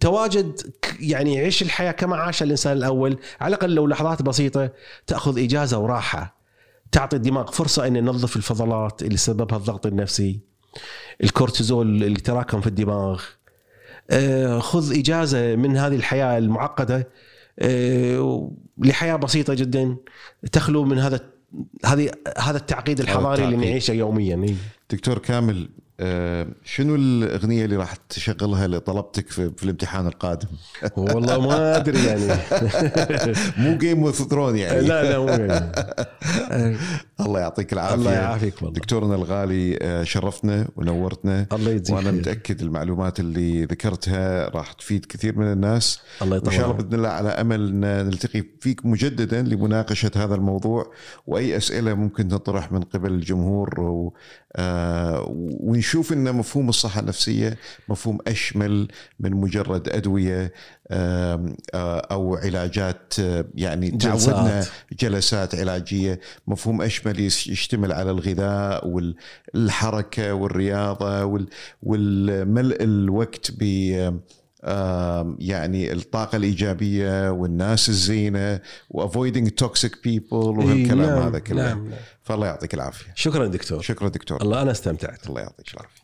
B: تواجد ك- يعني عيش الحياه كما عاش الانسان الاول على الاقل لو لحظات بسيطه تاخذ اجازه وراحه تعطي الدماغ فرصه ان ينظف الفضلات اللي سببها الضغط النفسي الكورتيزول اللي تراكم في الدماغ آه، خذ اجازه من هذه الحياه المعقده آه، لحياه بسيطه جدا تخلو من هذا هذه هذا التعقيد الحضاري اللي
A: التعقيد.
B: نعيشه إيه. يوميا إي.
A: دكتور كامل آه، شنو الاغنيه اللي راح تشغلها لطلبتك في, في الامتحان القادم؟
B: والله ما ادري يعني
A: مو جيم اوف ثرون يعني
B: لا لا مو يعني. آه،
A: الله يعطيك العافيه
B: الله يعافيك والله
A: دكتورنا الغالي آه، شرفتنا ونورتنا
B: الله يجزيك
A: وانا
B: خير.
A: متاكد المعلومات اللي ذكرتها راح تفيد كثير من الناس
B: الله
A: وان شاء الله
B: يطول
A: باذن الله على امل ان نلتقي فيك مجددا لمناقشه هذا الموضوع واي اسئله ممكن تنطرح من قبل الجمهور و... آه، ونشوف ان مفهوم الصحه النفسيه مفهوم اشمل من مجرد ادويه آم، آه، او علاجات آه، يعني
B: جلسات.
A: تعودنا جلسات علاجيه مفهوم اشمل يس- يشتمل على الغذاء والحركه والرياضه وال... والملء الوقت ب آم، يعني الطاقة الإيجابية والناس الزينة وافويدنج توكسيك بيبل وهالكلام
B: نعم،
A: هذا كله
B: نعم، نعم.
A: فالله يعطيك العافية
B: شكرا دكتور
A: شكرا دكتور
B: الله انا استمتعت
A: الله يعطيك العافية